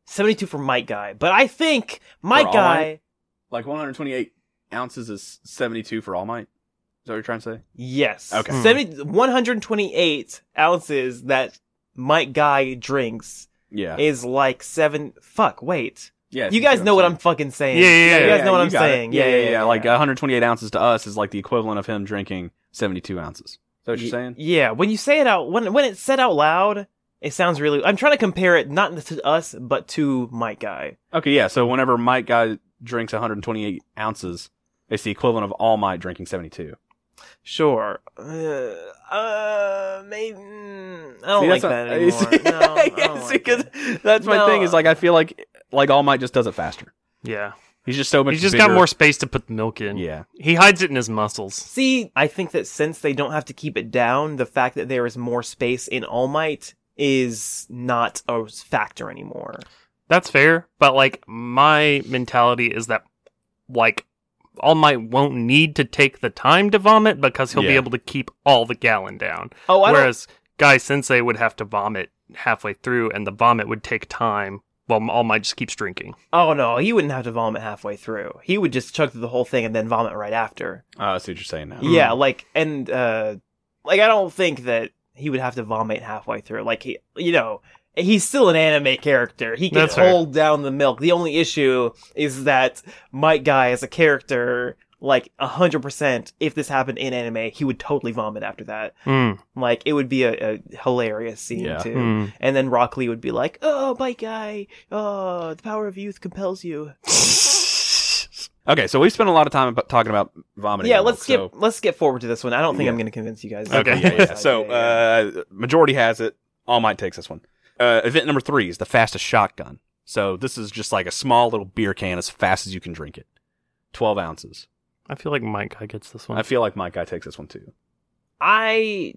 72 for Mike Guy. But I think For Mike all Guy. Like one hundred twenty eight ounces is seventy two for All Might. Is that what you're trying to say? Yes. Okay. Hmm. 70, 128 ounces that Mike Guy drinks Yeah. is like seven. Fuck, wait. yeah. You guys know what I'm fucking saying. Yeah, yeah, You yeah, guys know what I'm got it. saying. Yeah, yeah, yeah. Like 128 ounces to us is like the equivalent of him drinking 72 ounces. Is that what you're Y- saying? Yeah, when you say it out when when it's said out loud, it sounds really. I'm trying to compare it not to us, but to Mike Guy. Okay, yeah. So whenever Mike guy drinks 128 ounces, it's the equivalent of All Might drinking 72. Sure. Uh, uh maybe mm, I don't See, that's like that what- anymore. see- no, I don't see, like 'cause it. that's my No. thing. Is like I feel like like All Might just does it faster. Yeah. He's just so much. He's just bigger. got more space to put the milk in. Yeah, He hides it in his muscles. See, I think that since they don't have to keep it down, the fact that there is more space in All Might is not a factor anymore. That's fair, but like my mentality is that like All Might won't need to take the time to vomit because he'll be Yeah. able to keep all the gallon down. Oh, I don't Whereas Guy Sensei would have to vomit halfway through and the vomit would take time Well, all mine just keeps drinking. Oh no, he wouldn't have to vomit halfway through. He would just chug through the whole thing and then vomit right after. Oh, I see what you're saying now. Yeah, like and uh like I don't think that he would have to vomit halfway through. Like he you know, he's still an anime character. He can That's fair. hold down the milk. The only issue is that Mike Guy as a character, like hundred percent, if this happened in anime, he would totally vomit after that. Mm. Like it would be a, a hilarious scene Yeah. Hmm. too. Mm. And then Rock Lee would be like, Oh, Mike Guy, oh the power of youth compels you. Okay, so we spent a lot of time about, talking about vomiting. yeah, milk, let's skip so- let's skip forward to this one. I don't think Yeah. I'm going to convince you guys. Okay, yeah, yeah. So uh, majority has it. All Might takes this one. Uh, event number three is the fastest shotgun. So this is just like a small little beer can as fast as you can drink it. Twelve ounces. I feel like Mike Guy gets this one. I feel like my guy takes this one too. I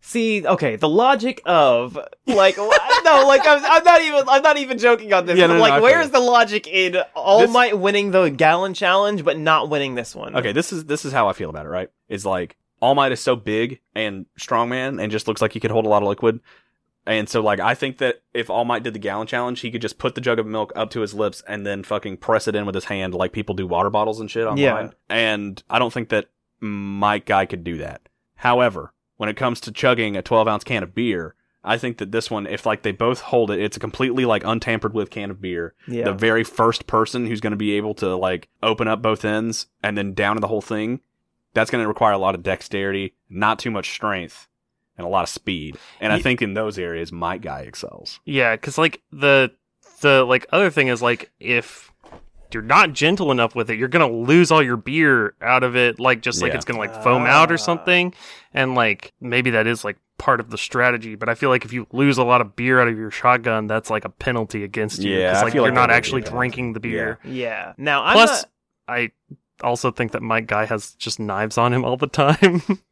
see. Okay, the logic of like wh- no, like I'm, I'm not even I'm not even joking on this. Yeah, but, no, no, I like, feel where you. is the logic in All This- Might winning the gallon challenge but not winning this one? Okay, this is this is how I feel about it. Right? It's like All Might is so big and strongman and just looks like he could hold a lot of liquid. And so, like, I think that if All Might did the gallon challenge, he could just put the jug of milk up to his lips and then fucking press it in with his hand, like people do water bottles and shit online. Yeah. And I don't think that my guy could do that. However, when it comes to chugging a 12 ounce can of beer, I think that this one, if like they both hold it, it's a completely like untampered with can of beer yeah, the very first person who's going to be able to like open up both ends and then down to the whole thing that's going to require a lot of dexterity not too much strength and a lot of speed and i Ye- think in those areas my guy excels Yeah, because like the the like other thing is like if you're not gentle enough with it, you're gonna lose all your beer out of it. Like just like Yeah. it's gonna like foam out Ah. or something. And like maybe that is like part of the strategy. But I feel like if you lose a lot of beer out of your shotgun, that's like a penalty against you. Yeah, I because like feel you're like not that would be actually a penalty. drinking the beer. yeah. Now I'm Plus, not- I also think that my guy has just knives on him all the time.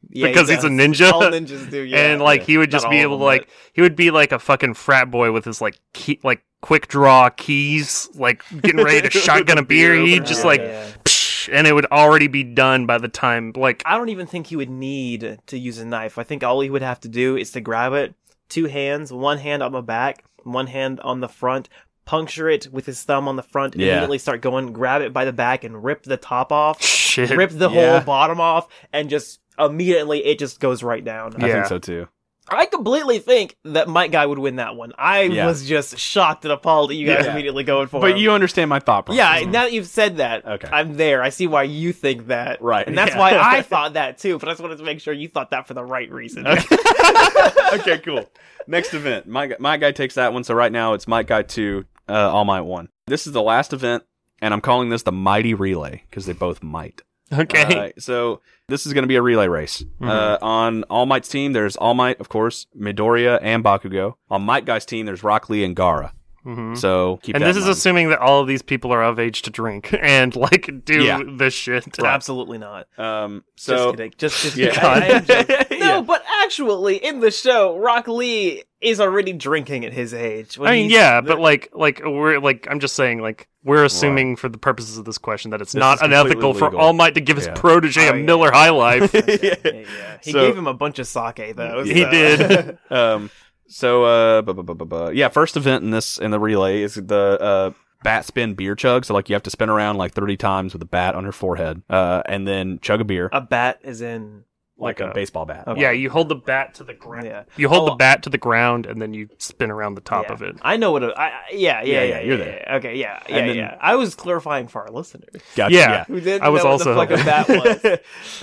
yeah, he because he's a does. ninja. All ninjas do. Yeah, and like yeah. he would just Not be all of able them, to like he would be like a fucking frat boy with his like key, like quick draw keys like getting ready to With shotgun the a beer beer he'd opener. just Yeah, like yeah. psh, and it would already be done by the time like I don't even think he would need to use a knife. I think all he would have to do is to grab it, two hands, one hand on the back, one hand on the front, puncture it with his thumb on the front, and Yeah. immediately start going, grab it by the back and rip the top off, shit rip the Yeah. whole bottom off, and just immediately it just goes right down. i Yeah. think so too I completely think that Mike Guy would win that one. I Yeah. was just shocked and appalled that you guys Yeah. immediately going for but him. you understand my thought process Yeah, now that you've said that, Okay. I'm there. I see why you think that. Right, And that's yeah. why I thought that too, but I just wanted to make sure you thought that for the right reason. okay cool next event my, gu- my guy takes that one so right now it's my guy 2 uh, all might 1 this is the last event and i'm calling this the mighty relay because they both might okay All right, so this is going to be a relay race. Uh, on All Might's team, there's All Might, of course, Midoriya and Bakugo. On Might Guy's team, there's Rock Lee and Gara. Mhm. So keep and that this in is mind. assuming that all of these people are of age to drink and like do Yeah. this shit Absolutely not. um, just so kidding. Just, just Yeah. I- I am joking. no, Yeah. but actually, in the show, Rock Lee is already drinking at his age. when I mean, he's- yeah, but like, like we're like, I'm just saying, like, we're assuming for the purposes of this question that it's This not is completely unethical for legal. All Might to give his Yeah. protege Oh, a yeah. Miller High Life. yeah, yeah, yeah. He So- gave him a bunch of sake though. He so- did. um, so uh, bu- bu- bu- bu- bu- yeah, first event in this in the relay is the uh, bat spin beer chug. So like you have to spin around like 30 times with a bat on your forehead, uh, and then chug a beer a bat is in. like, like a, a- baseball bat. Uh, Okay. Yeah, you hold the bat to the ground. Yeah. You hold Oh, the bat to the ground and then you spin around the top yeah. of it. I know what. A, I, I- yeah, yeah, yeah, Yeah, yeah, yeah, you're yeah, there. yeah. Okay, yeah, yeah, then- yeah. I was clarifying for our listeners. Gotcha, Yeah. who didn't I was know also what the fuck a bat hoping. was.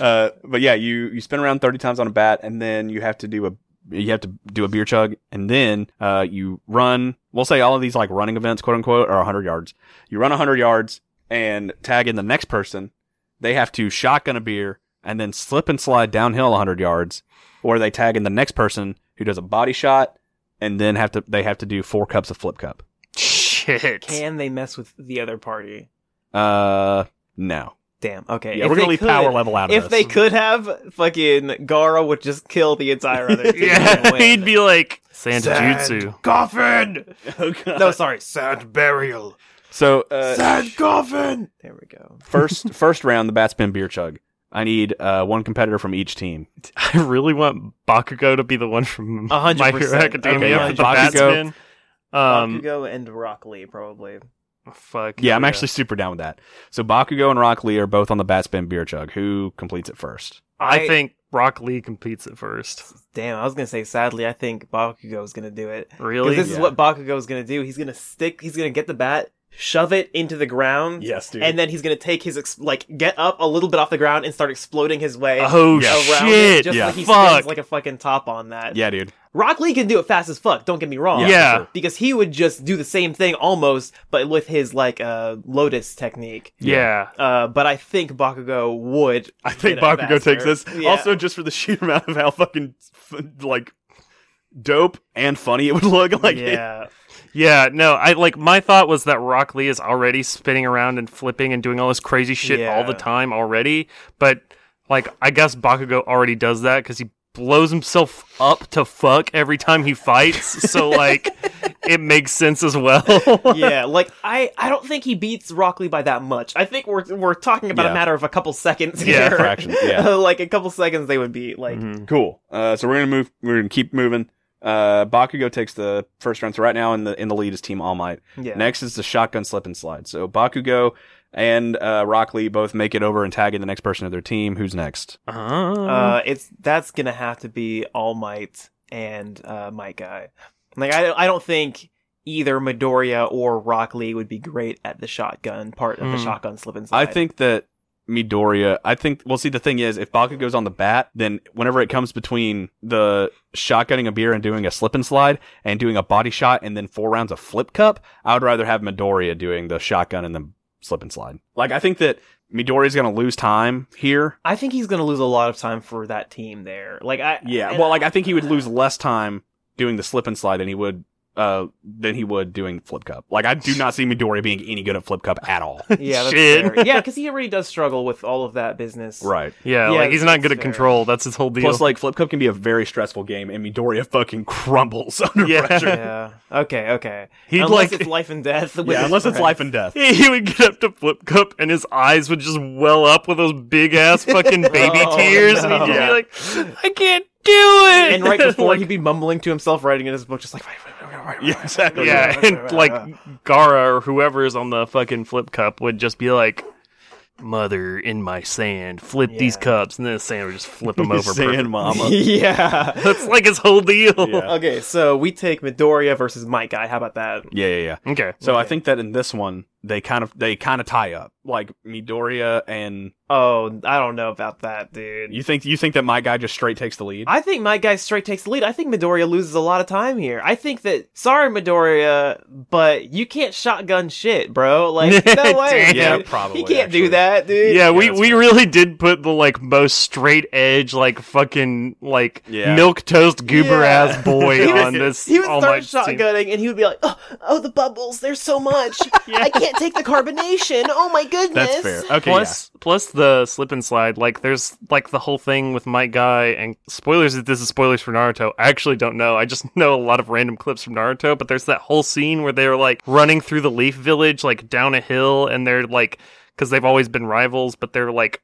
uh, but yeah, you you spin around thirty times on a bat, and then you have to do a you have to do a beer chug, and then uh, you run. We'll say all of these like running events, quote unquote, are hundred yards. You run hundred yards and tag in the next person. They have to shotgun a beer and then slip and slide downhill hundred yards, or they tag in the next person who does a body shot, and then have to they have to do four cups of flip cup. Shit. Can they mess with the other party? Uh, no. Damn. Okay. Yeah, If we're gonna they leave could- power level out of If this. they could have, fucking Gara would just kill the entire other team. and yeah, win. he'd be like Sand Jutsu. coffin, no, sorry. sand burial, So uh, sand coffin. There we go. first first round, the bat spin beer chug. I need uh, one competitor from each team. I really want Bakugo to be the one from A hundred My Hero percent. Academia Okay, yeah. with the Bakugo. batsman. Um, Bakugo and Rock Lee, probably. fuck. Yeah, I'm actually super down with that. So Bakugo and Rock Lee are both on the Batspin beer chug. Who completes it first? I, I- think Rock Lee competes at first. Damn, I was gonna say sadly, I think Bakugo's gonna do it. 'Cause Really? this is Yeah. what Bakugo's gonna do. He's gonna stick. He's gonna get the bat, shove it into the ground, Yes, dude. and then he's gonna take his ex- like get up a little bit off the ground and start exploding his way Oh Yeah. around shit! it, just Yeah. like he Fuck. spins like a fucking top on that. yeah, dude. Rock Lee can do it fast as fuck. Don't get me wrong. yeah. Yeah, for sure. because he would just do the same thing almost, but with his like uh lotus technique. Yeah. Uh, but I think Bakugo would. I think get it Bakugo takes faster. this. Yeah. Also, just for the sheer amount of how fucking f- like dope and funny it would look. Like, yeah, Yeah, no, I like my thought was that Rock Lee is already spinning around and flipping and doing all this crazy shit all the Yeah. time already, but like I guess Bakugo already does that cuz he blows himself up to fuck every time he fights. so like it makes sense as well. yeah. Like I, I don't think he beats Rock Lee by that much. I think we're we're talking about Yeah. a matter of a couple seconds Yeah, here. fractions, yeah. like a couple seconds they would be like. Mm-hmm. cool. Uh, so we're gonna move. We're gonna keep moving. Uh, Bakugo takes the first round. So right now in the in the lead is Team All Might. Yeah. Next is the shotgun slip and slide. So Bakugo and uh, Rock Lee both make it over and tag in the next person of their team. Who's next? Uh-huh. Uh, it's that's gonna have to be All Might and uh, my guy. Like I, I don't think either Midoriya or Rock Lee would be great at the shotgun part of the Hmm. shotgun slip and I slide. think that Midoriya. I think. Well, see, the thing is, if Bakugo's on the bat, then whenever it comes between the shotgunning a beer and doing a slip and slide and doing a body shot and then four rounds of flip cup, I would rather have Midoriya doing the shotgun and the slip and slide. Like, I think that Midoriya's going to lose time here. I think he's gonna lose a lot of time for that team there. Like I Yeah. and Well, like, I think he would lose less time doing the slip and slide than he would. Uh, than he would doing flip cup. Like I do not see Midoriya being any good at flip cup at all. yeah, that's Shit. fair. yeah, because he already does struggle with all of that business. right. yeah, yeah, like he's not that's good at fair. control. That's his whole deal. Plus, like flip cup can be a very stressful game, and Midoriya fucking crumbles under Yeah. pressure. Yeah. Okay. Okay. He'd unless like- it's life and death. with Yeah, his unless it's friends. life and death. he would get up to flip cup and his eyes would just well up with those big ass fucking baby Oh, tears and he'd no. just be like i can't do it And right before Like, he'd be mumbling to himself, writing in his book, just like. "Right, right, right, right, right, Yeah, exactly. yeah and like gara or whoever is on the fucking flip cup would just be like mother in my sand flip these Yeah. cups and then the sand would just flip them over Saying perfect. mama. yeah. that's like his whole deal Yeah. Okay, so we take Midoriya versus Mike Guy. How about that? Yeah, yeah, yeah. okay So I Okay. think that in this one they kind of they kind of tie up. Like Midoriya and Oh, I don't know about that, dude. you think you think that my guy just straight takes the lead? I think my guy straight takes the lead. I think Midoriya loses a lot of time here. I think that sorry Midoriya, but you can't shotgun shit, bro. Like no way. Damn. Yeah, dude. probably, He can't actually. do that, dude. yeah, we, that's we fair. really did put the like most straight edge like fucking like Yeah. milk toast goober Yeah. ass boy He would- on this He would All start Might's team. shotgunning, and he would be like, "Oh, oh the bubbles! There's so much. I can't take the carbonation. Oh my That's goodness!" fair. Okay, plus plus the slip and slide like there's like the whole thing with my guy and spoilers if this is spoilers for naruto i actually don't know i just know a lot of random clips from naruto but there's that whole scene where they're like running through the leaf village like down a hill and they're like because they've always been rivals but they're like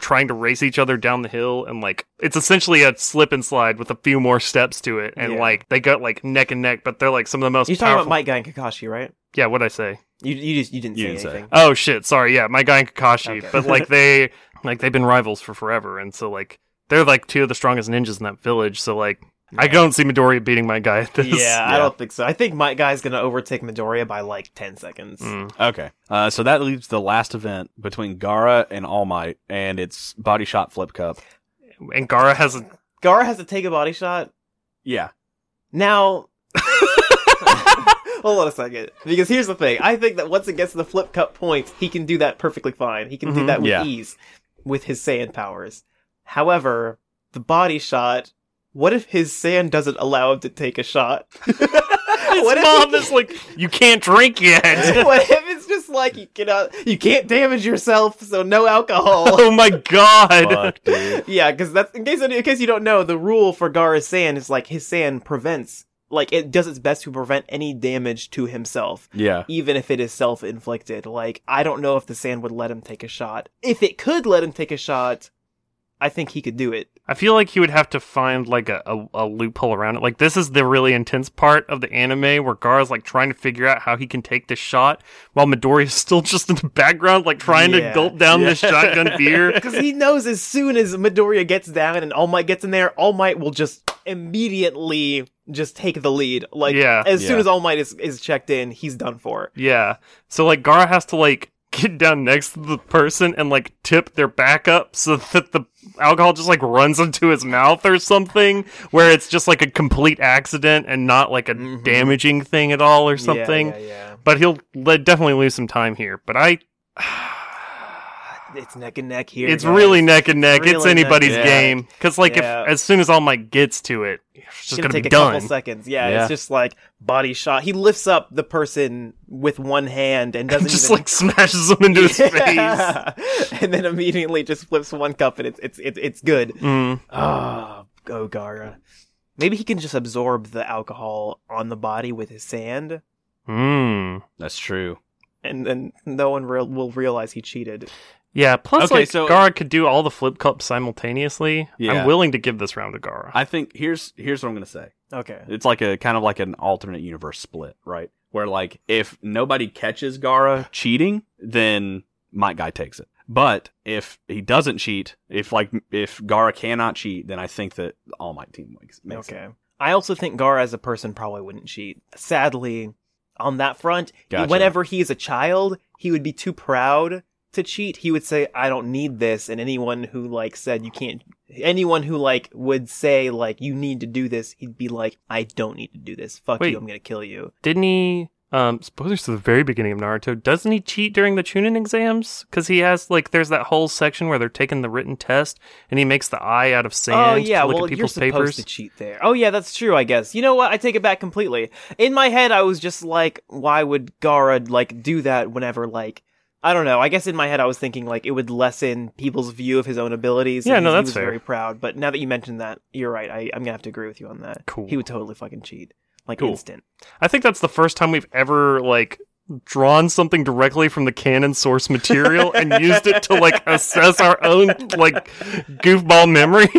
trying to race each other down the hill and like it's essentially a slip and slide with a few more steps to it and Yeah. like they got like neck and neck but they're like some of the most You're talking powerful about Mike Guy and Kakashi, right? yeah what'd i say You you just you didn't You say didn't say. anything. Oh shit, sorry. Yeah, my guy and Kakashi, Okay. but like they like they've been rivals for forever and so like they're like two of the strongest ninjas in that village, so like I don't see Midoriya beating my guy at this. Yeah, I don't think so. I think my guy's gonna overtake Midoriya by like ten seconds. Mm. Okay. Uh, so that leaves the last event between Gara and All Might, and it's body shot flip cup. And Gara has a Gara has to take a body shot. Yeah. Now, hold on a second, because here's the thing. I think that once it gets to the flip cup points, he can do that perfectly fine. He can do Mhm. that with Yeah. ease with his sand powers. However, the body shot. What if his sand doesn't allow him to take a shot? his what mom if is like, You can't drink yet. what if it's just like you cannot, you can't damage yourself, so no alcohol. oh my god. Fuck, dude. yeah, because that's in case in case you don't know, the rule for Gara's sand is like his sand prevents, like it does its best to prevent any damage to himself, Yeah. even if it is self inflicted. Like I don't know if the sand would let him take a shot. If it could let him take a shot, I think he could do it. I feel like he would have to find like a, a, a loophole around it. Like this is the really intense part of the anime where Gar's like trying to figure out how he can take this shot while Midori is still just in the background, like trying Yeah. to gulp down this shotgun beer. Because he knows as soon as Midoriya gets down and All Might gets in there, All Might will just immediately just take the lead. Like, Yeah. as soon Yeah. as All Might is, is checked in, he's done for. Yeah. So like Gar has to like get down next to the person and like tip their back up so that the alcohol just like runs into his mouth or something where it's just like a complete accident and not like a Mhm. damaging thing at all or something. Yeah, yeah, But he'll le- definitely lose some time here. But I yeah. It's neck and neck here. it's guys. really neck and neck. It's, Really neck anybody's and neck. game cuz like Yeah. if as soon as All Might gets to it, it's just gonna going to take be a done. couple seconds. Yeah, Yeah. it's just like body shot. He lifts up the person with one hand and doesn't Just even... like smashes him into his face. Yeah. and then immediately just flips one cup, and it's it's it's, it's good. Mm. Oh, go Gara. Maybe he can just absorb the alcohol on the body with his sand, Mm. That's true. and then no one real will realize he cheated. Yeah, plus Okay, like so- Gara could do all the flip cups simultaneously. Yeah. I'm willing to give this round to Gara. I think here's here's what I'm gonna say. Okay. It's like a kind of like an alternate universe split, right? Where like if nobody catches Gara cheating, then Mike Guy takes it. But if he doesn't cheat, if like if Gara cannot cheat, then I think that All Might team makes. makes it. Okay. I also think Gara as a person probably wouldn't cheat. Sadly, on that front, he- Gotcha. whenever he is a child, he would be too proud to cheat. He would say, "I don't need this," and anyone who like said you can't, anyone who like would say like you need to do this, he'd be like, "I don't need to do this. Fuck Wait. you. I'm gonna kill you." Didn't he? Um, spoilers to the very beginning of Naruto. Doesn't he cheat during the Chunin exams? Because he has like, there's that whole section where they're taking the written test, and he makes the eye out of sand. oh yeah, to look well at people's you're supposed papers. to cheat there. Oh yeah, that's true. I guess. You know what? I take it back completely. In my head, I was just like, why would Gara like do that whenever like. I don't know. I guess in my head I was thinking like it would lessen people's view of his own abilities. and Yeah, no, he's- he that's was fair. Very proud, but now that you mentioned that, you're right. I, I'm gonna have to agree with you on that. Cool. He would totally fucking cheat, like Cool. instant. I think that's the first time we've ever like drawn something directly from the canon source material and used it to like assess our own like goofball memory.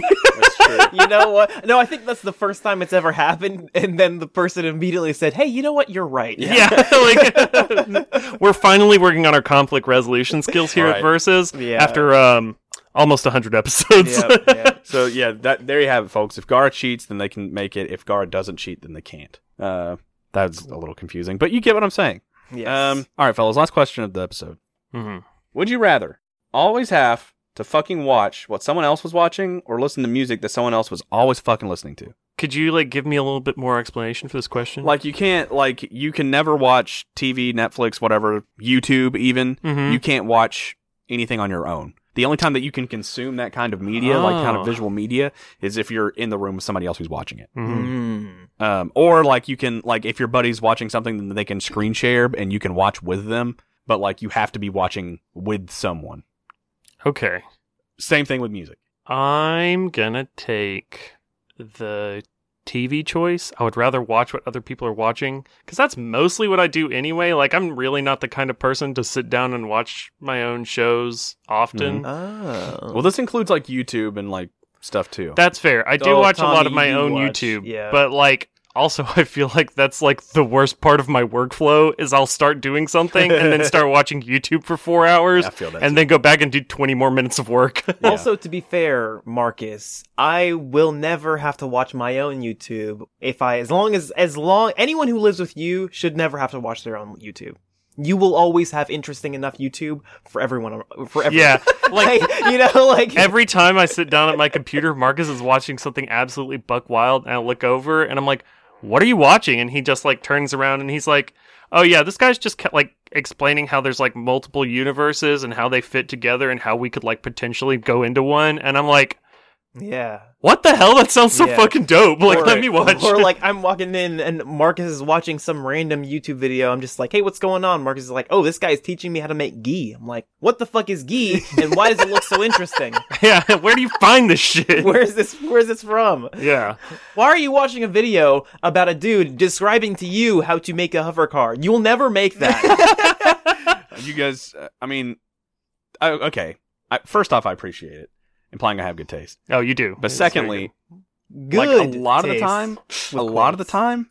you know what? No, I think that's the first time it's ever happened. And then the person immediately said, "Hey, you know what? You're right." Yeah, like we're finally working on our conflict resolution skills here Right. at Versus Yeah. after um almost 100 episodes. Yep, yep. So yeah, that there you have it, folks. If Gara cheats, then they can make it. If Gara doesn't cheat, then they can't. Uh, that's a little confusing, but you get what I'm saying. Yes. Um, all right, fellas. Last question of the episode. Mhm. Would you rather always have to fucking watch what someone else was watching or listen to music that someone else was always fucking listening to? Could you like give me a little bit more explanation for this question? Like you can't like you can never watch TV, Netflix, whatever, YouTube even. Mhm. You can't watch anything on your own. The only time that you can consume that kind of media, like kind Oh. of visual media, is if you're in the room with somebody else who's watching it. Mhm. Mm. Um, or like you can like if your buddy's watching something, then they can screen share and you can watch with them. But like you have to be watching with someone. Okay. Same thing with music. I'm going to take the TV choice. I would rather watch what other people are watching cuz that's mostly what I do anyway. Like I'm really not the kind of person to sit down and watch my own shows Mm-hmm. often. Oh. Well, this includes like YouTube and like stuff too. That's fair. I do Oh, watch a lot Tommy, of my you own watch, YouTube, yeah. but like also I feel like that's like the worst part of my workflow is I'll start doing something and then start watching YouTube for 4 hours Yeah, I feel that. and then go back and do 20 more minutes of work. Yeah. Also, to be fair, Marcus, I will never have to watch my own YouTube if I, as long as, as long, anyone who lives with you should never have to watch their own YouTube. You will always have interesting enough YouTube for everyone, for everyone. yeah. Like Like, you know, like, every time I sit down at my computer Marcus is watching something absolutely buck wild and I look over and I'm like, "What are you watching?" and he just like turns around and he's like, "Oh yeah, this guy's just kept, like explaining how there's like multiple universes and how they fit together and how we could like potentially go into one." And I'm like, yeah. What the hell? That sounds so Yeah. fucking dope. Like, Or- let me watch. Or like I'm walking in and Marcus is watching some random YouTube video. I'm just like, hey, what's going on? Marcus is like, oh, this guy's teaching me how to make ghee. I'm like, what the fuck is ghee? And why does it look so interesting? yeah, where do you find this shit? Where is this? Where is this from? yeah. Why are you watching a video about a dude describing to you how to make a hover car? You'll never make that. you guys, uh, I mean, I, okay. I, first off, I appreciate it. implying I have good taste. Oh, you do. But It's very secondly, Good like a lot of the taste time, with a lot of the quotes. time,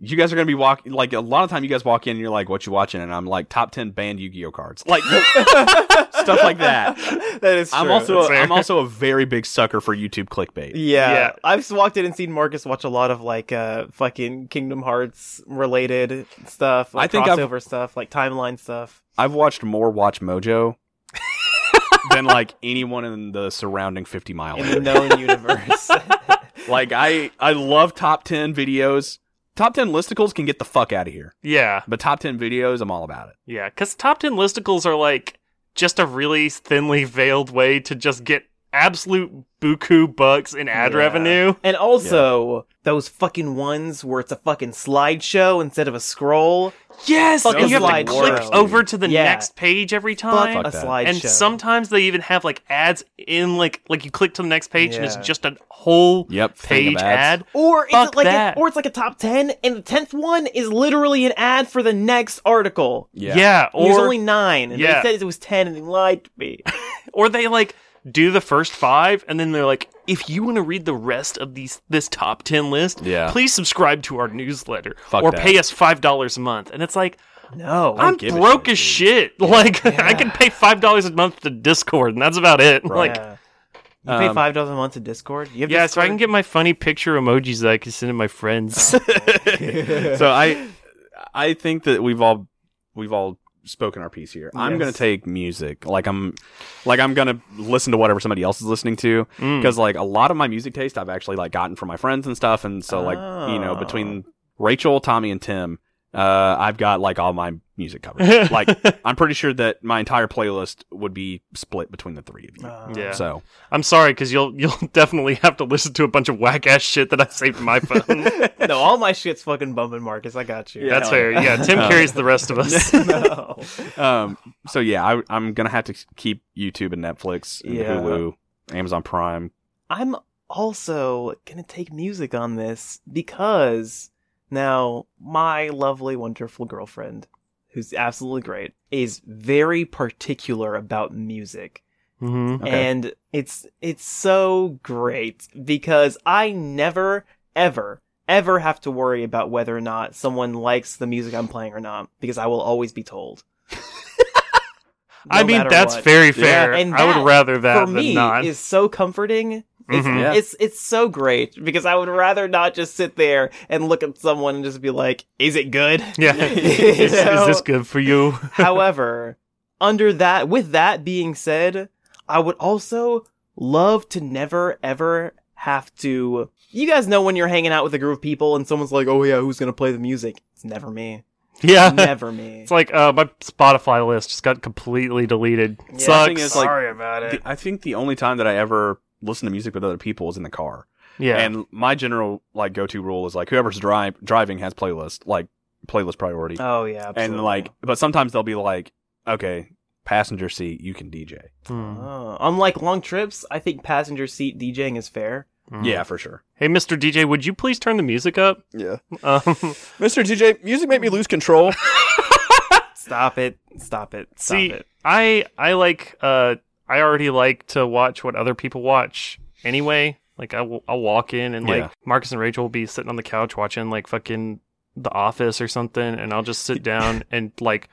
you guys are gonna be walking. Like a lot of time, you guys walk in, and you're like, "What you watching?" And I'm like, "Top ten banned Yu-Gi-Oh cards." Like stuff like that. That is true. I'm also fair. I'm also a very big sucker for YouTube clickbait. Yeah. Yeah. I've just walked in and seen Marcus watch a lot of like uh fucking Kingdom Hearts related stuff, like I think I've- crossover stuff, like timeline stuff. I've watched more Watch Mojo than like anyone in the surrounding 50 mile. in area. the known universe. Like I I love top 10 videos. Top 10 listicles can get the fuck out of here. good. Yeah. But top 10 videos, I'm all about it. Yeah, because top 10 listicles are like just a really thinly veiled way to just get absolute buku bucks in ad Yeah. revenue. and also those fucking ones where it's a fucking slideshow instead of a scroll. Yes, Fucking and you have to slideshow. click over to the Yeah. next page every Fuck, time. Fuck a that. slideshow. and sometimes they even have like ads in like like you click to the next page and it's Yeah. just a whole Yep, thing of page ads. ad. or it's Fuck like that. A, or it's like a top ten, and the tenth one is literally an ad for the next article. Yeah, yeah Or, There's or only nine, and Yeah. they said it was ten, and they lied to me. or they like do the first five and then they're like if you want to read the rest of these this top 10 list Yeah. please subscribe to our newsletter Fuck or that. pay us five dollars a month and it's like No, i'm give a broke shit, as shit like i can pay five dollars a month to discord and that's about it Right. like Yeah. you pay Um, five dollars a month to Discord. You have yeah so i can Discord? get my funny picture emojis that i can send to my friends so I I think that we've all we've all spoken our piece here. I'm Yes. gonna take music. Like I'm like I'm gonna listen to whatever somebody else is listening to. Mm. Because like a lot of my music taste I've actually like gotten from my friends and stuff. And so like you know, Oh. between Rachel, Tommy and Tim, uh, I've got like all my music covered. like I'm pretty sure that my entire playlist would be split between the three of you. Uh, yeah So i'm sorry because you'll you'll definitely have to listen to a bunch of whack ass shit that i saved to my phone no, all my shit's fucking bumping Marcus. I got you. that's fair yeah tim carries the rest of us No. um so yeah, I I'm gonna have to keep YouTube and Netflix and Yeah. Hulu, Amazon Prime. I'm also gonna take music on this because now my lovely, wonderful girlfriend, who's absolutely great, is very particular about music. mm-hmm. Okay. And it's it's so great because I never ever ever have to worry about whether or not someone likes the music I'm playing or not because I will always be told. I No mean, matter that's what. very fair. and I that, would rather that for than me not. is so comforting. It's, Mhm. Yeah. it's it's so great because I would rather not just sit there and look at someone and just be like, "Is it good?" yeah. You is, is know? this good for you? However, under that, with that being said, I would also love to never ever have to. You guys know when you're hanging out with a group of people and someone's like, "Oh yeah, who's gonna play the music?" It's never me. yeah. Never me. It's like uh, my Spotify list just got completely deleted. Yeah. The Sucks. thing is, like, Sorry about it. The- I think the only time that I ever listened to music with other people was in the car. yeah. And my general like go to rule is like whoever's dri- driving has playlist like playlist priority. oh yeah, absolutely. and like, but sometimes they'll be like, okay, passenger seat, you can DJ. Mm, Oh, unlike long trips, I think passenger seat DJing is fair. mm. Yeah, for sure. Hey, Mr. DJ, would you please turn the music up? Yeah, Um, Mister DJ, music made me lose control. Stop it. Stop it. Stop see, it. I I like uh I already like to watch what other people watch anyway. Like I will, I'll walk in and like Yeah. Marcus and Rachel will be sitting on the couch watching like fucking The Office or something, and I'll just sit down and like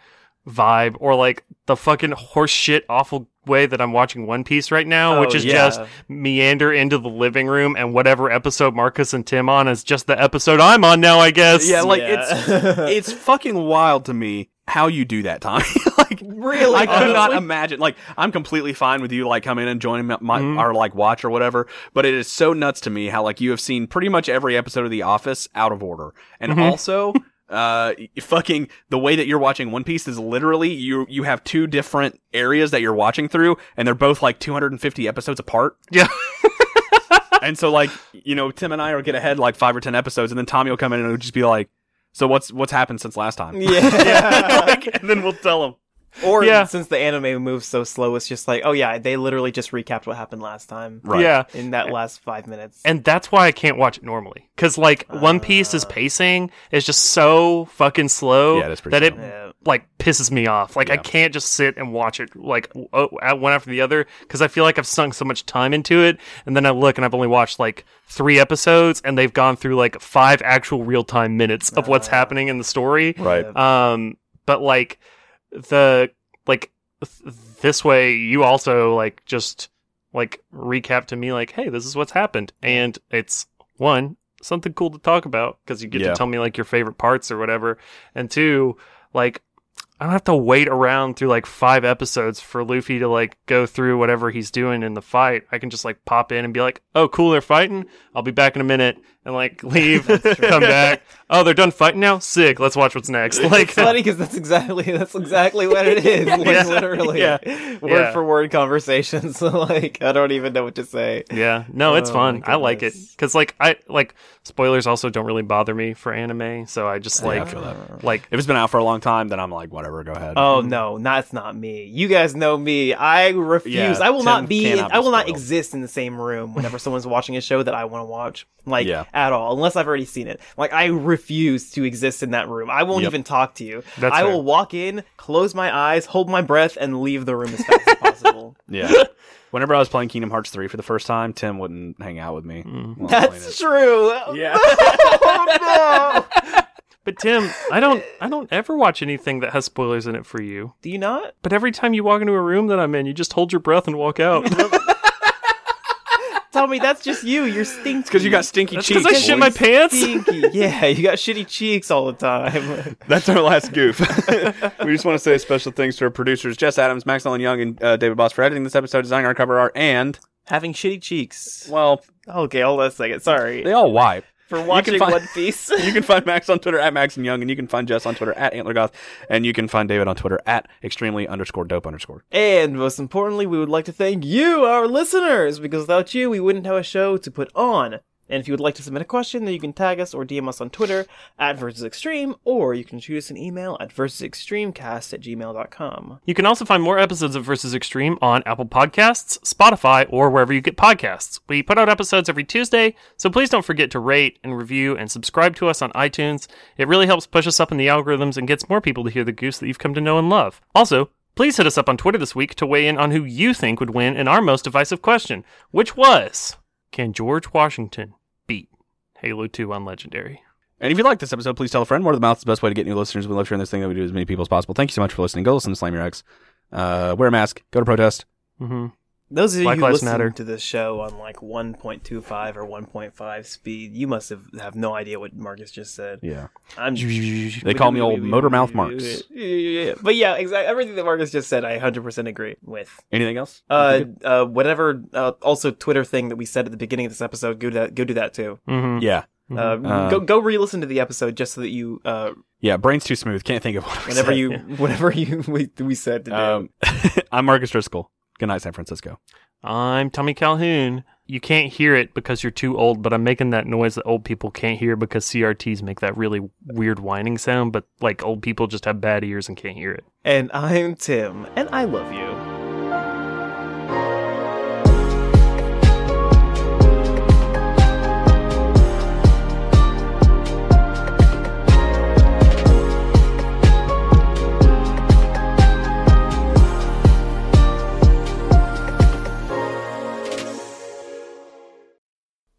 vibe or like the fucking horse shit awful way that I'm watching One Piece right now, Oh, which is yeah. just meander into the living room and whatever episode Marcus and Tim on is just the episode I'm on now, I guess. yeah, like it's it's it's fucking wild to me how you do that, Tommy. like. really. I could not honestly, imagine. Like, I'm completely fine with you like coming in and joining my, my Mm-hmm. Mhm. our like watch or whatever. But it is so nuts to me how like you have seen pretty much every episode of The Office out of order, and Mm-hmm. Mhm. also. Uh, y- fucking the way that you're watching One Piece is literally you you have two different areas that you're watching through, and they're both like 250 episodes apart. Yeah. and so like you know Tim and I will get ahead like five or ten episodes, and then Tommy will come in and it'll just be like, so what's what's happened since last time? Yeah. Like, and then we'll tell him. Or Yeah. since the anime moves so slow, it's just like, oh yeah, they literally just recapped what happened last time Right. Yeah. in that last five minutes. And that's why I can't watch it normally. Because, like, One Piece's pacing is just so fucking slow Uh. Yeah, it is pretty that it, slow. Yeah. like, pisses me off. Like, I Yeah. can't just sit and watch it, like, w- oh, at one after the other, because I feel like I've sunk so much time into it. And then I look and I've only watched, like, three episodes, and they've gone through, like, five actual real time minutes of Uh. what's happening in the story. Right. Um, but like the like th- this way, you also like just like recap to me like, hey, this is what's happened, and it's one something cool to talk about because you get Yeah. to tell me like your favorite parts or whatever, and two like. I don't have to wait around through like five episodes for Luffy to like go through whatever he's doing in the fight. I can just like pop in and be like, "Oh, cool, they're fighting. I'll be back in a minute," and like leave, come back. Oh, they're done fighting now. Sick. Let's watch what's next. Like, It's funny because that's exactly that's exactly what it is. like, Yeah. Literally, Yeah. word Yeah. for word conversations. like I don't even know what to say. yeah, no, it's Oh, fun. my I like it goodness. because like I like spoilers also don't really bother me for anime, so I just I like feel that. like If it's been out for a long time, then I'm like, whatever, go ahead. Oh no, that's not me. You guys know me. I refuse. Yeah, I will not Tim be. cannot be I will not spoiled. exist in the same room whenever someone's watching a show that I want to watch. Like Yeah. at all, unless I've already seen it. Like I refuse to exist in that room. I won't Yep. even talk to you. That's I fair. will walk in, close my eyes, hold my breath, and leave the room as fast as possible. Yeah. Whenever I was playing Kingdom Hearts 3 for the first time, Tim wouldn't hang out with me. while I'm playing That's true. it. Yeah. Oh no! But Tim, I don't I don't ever watch anything that has spoilers in it for you. Do you not? But every time you walk into a room that I'm in, you just hold your breath and walk out. Tell me that's just you. You're stinky. Because you got stinky cheeks. Because I shit my boys. pants. stinky. yeah, you got shitty cheeks all the time. That's our last goof. we just want to say special thanks to our producers, Jess Adams, Max Nolan Young, and uh, David Boss for editing this episode, designing our cover art, and, Having shitty cheeks. well, Okay, hold on a second. Sorry. they all wipe. for watching find- One Piece. You can find Max on Twitter at Max and Young, and you can find Jess on Twitter at AntlerGoth, and you can find David on Twitter at extremely underscore dope underscore. and most importantly, we would like to thank you, our listeners, because without you, we wouldn't have a show to put on. And if you would like to submit a question, then you can tag us or DM us on Twitter at Versus Extreme, or you can shoot us an email at versusextremecast at gmail.com. You can also find more episodes of Versus Extreme on Apple Podcasts, Spotify, or wherever you get podcasts. We put out episodes every Tuesday, so please don't forget to rate and review and subscribe to us on iTunes. It really helps push us up in the algorithms and gets more people to hear the goose that you've come to know and love. Also, please hit us up on Twitter this week to weigh in on who you think would win in our most divisive question, which was Can George Washington beat Halo 2 on Legendary? And if you like this episode, please tell a friend. Word of mouth is the best way to get new listeners. We love sharing this thing that we do with as many people as possible. Thank you so much for listening. Go listen to Slam Your Ex. Uh, wear a mask. Go to protest. Mm-hmm. Those of Black you who Lives listen Matter. to this show on like 1.25 or 1.5 speed, you must have, have no idea what Marcus just said. Yeah. I'm They call me old motor mouth marks. But yeah, exactly. Everything that Marcus just said, I 100% agree with. Anything else? Uh, uh, whatever. Uh, also, Twitter thing that we said at the beginning of this episode, go do that. Go do that too. Mm-hmm. yeah. Uh, Uh, go go re-listen to the episode just so that you, uh, Yeah. Brain's too smooth. Can't think of what I whenever said. you, whenever you, we, we said to do. Um, I'm Marcus Driscoll. Good night, San Francisco. I'm Tommy Calhoun. You can't hear it because you're too old, but I'm making that noise that old people can't hear because CRTs make that really weird whining sound, but like old people just have bad ears and can't hear it. and I'm Tim, and I love you.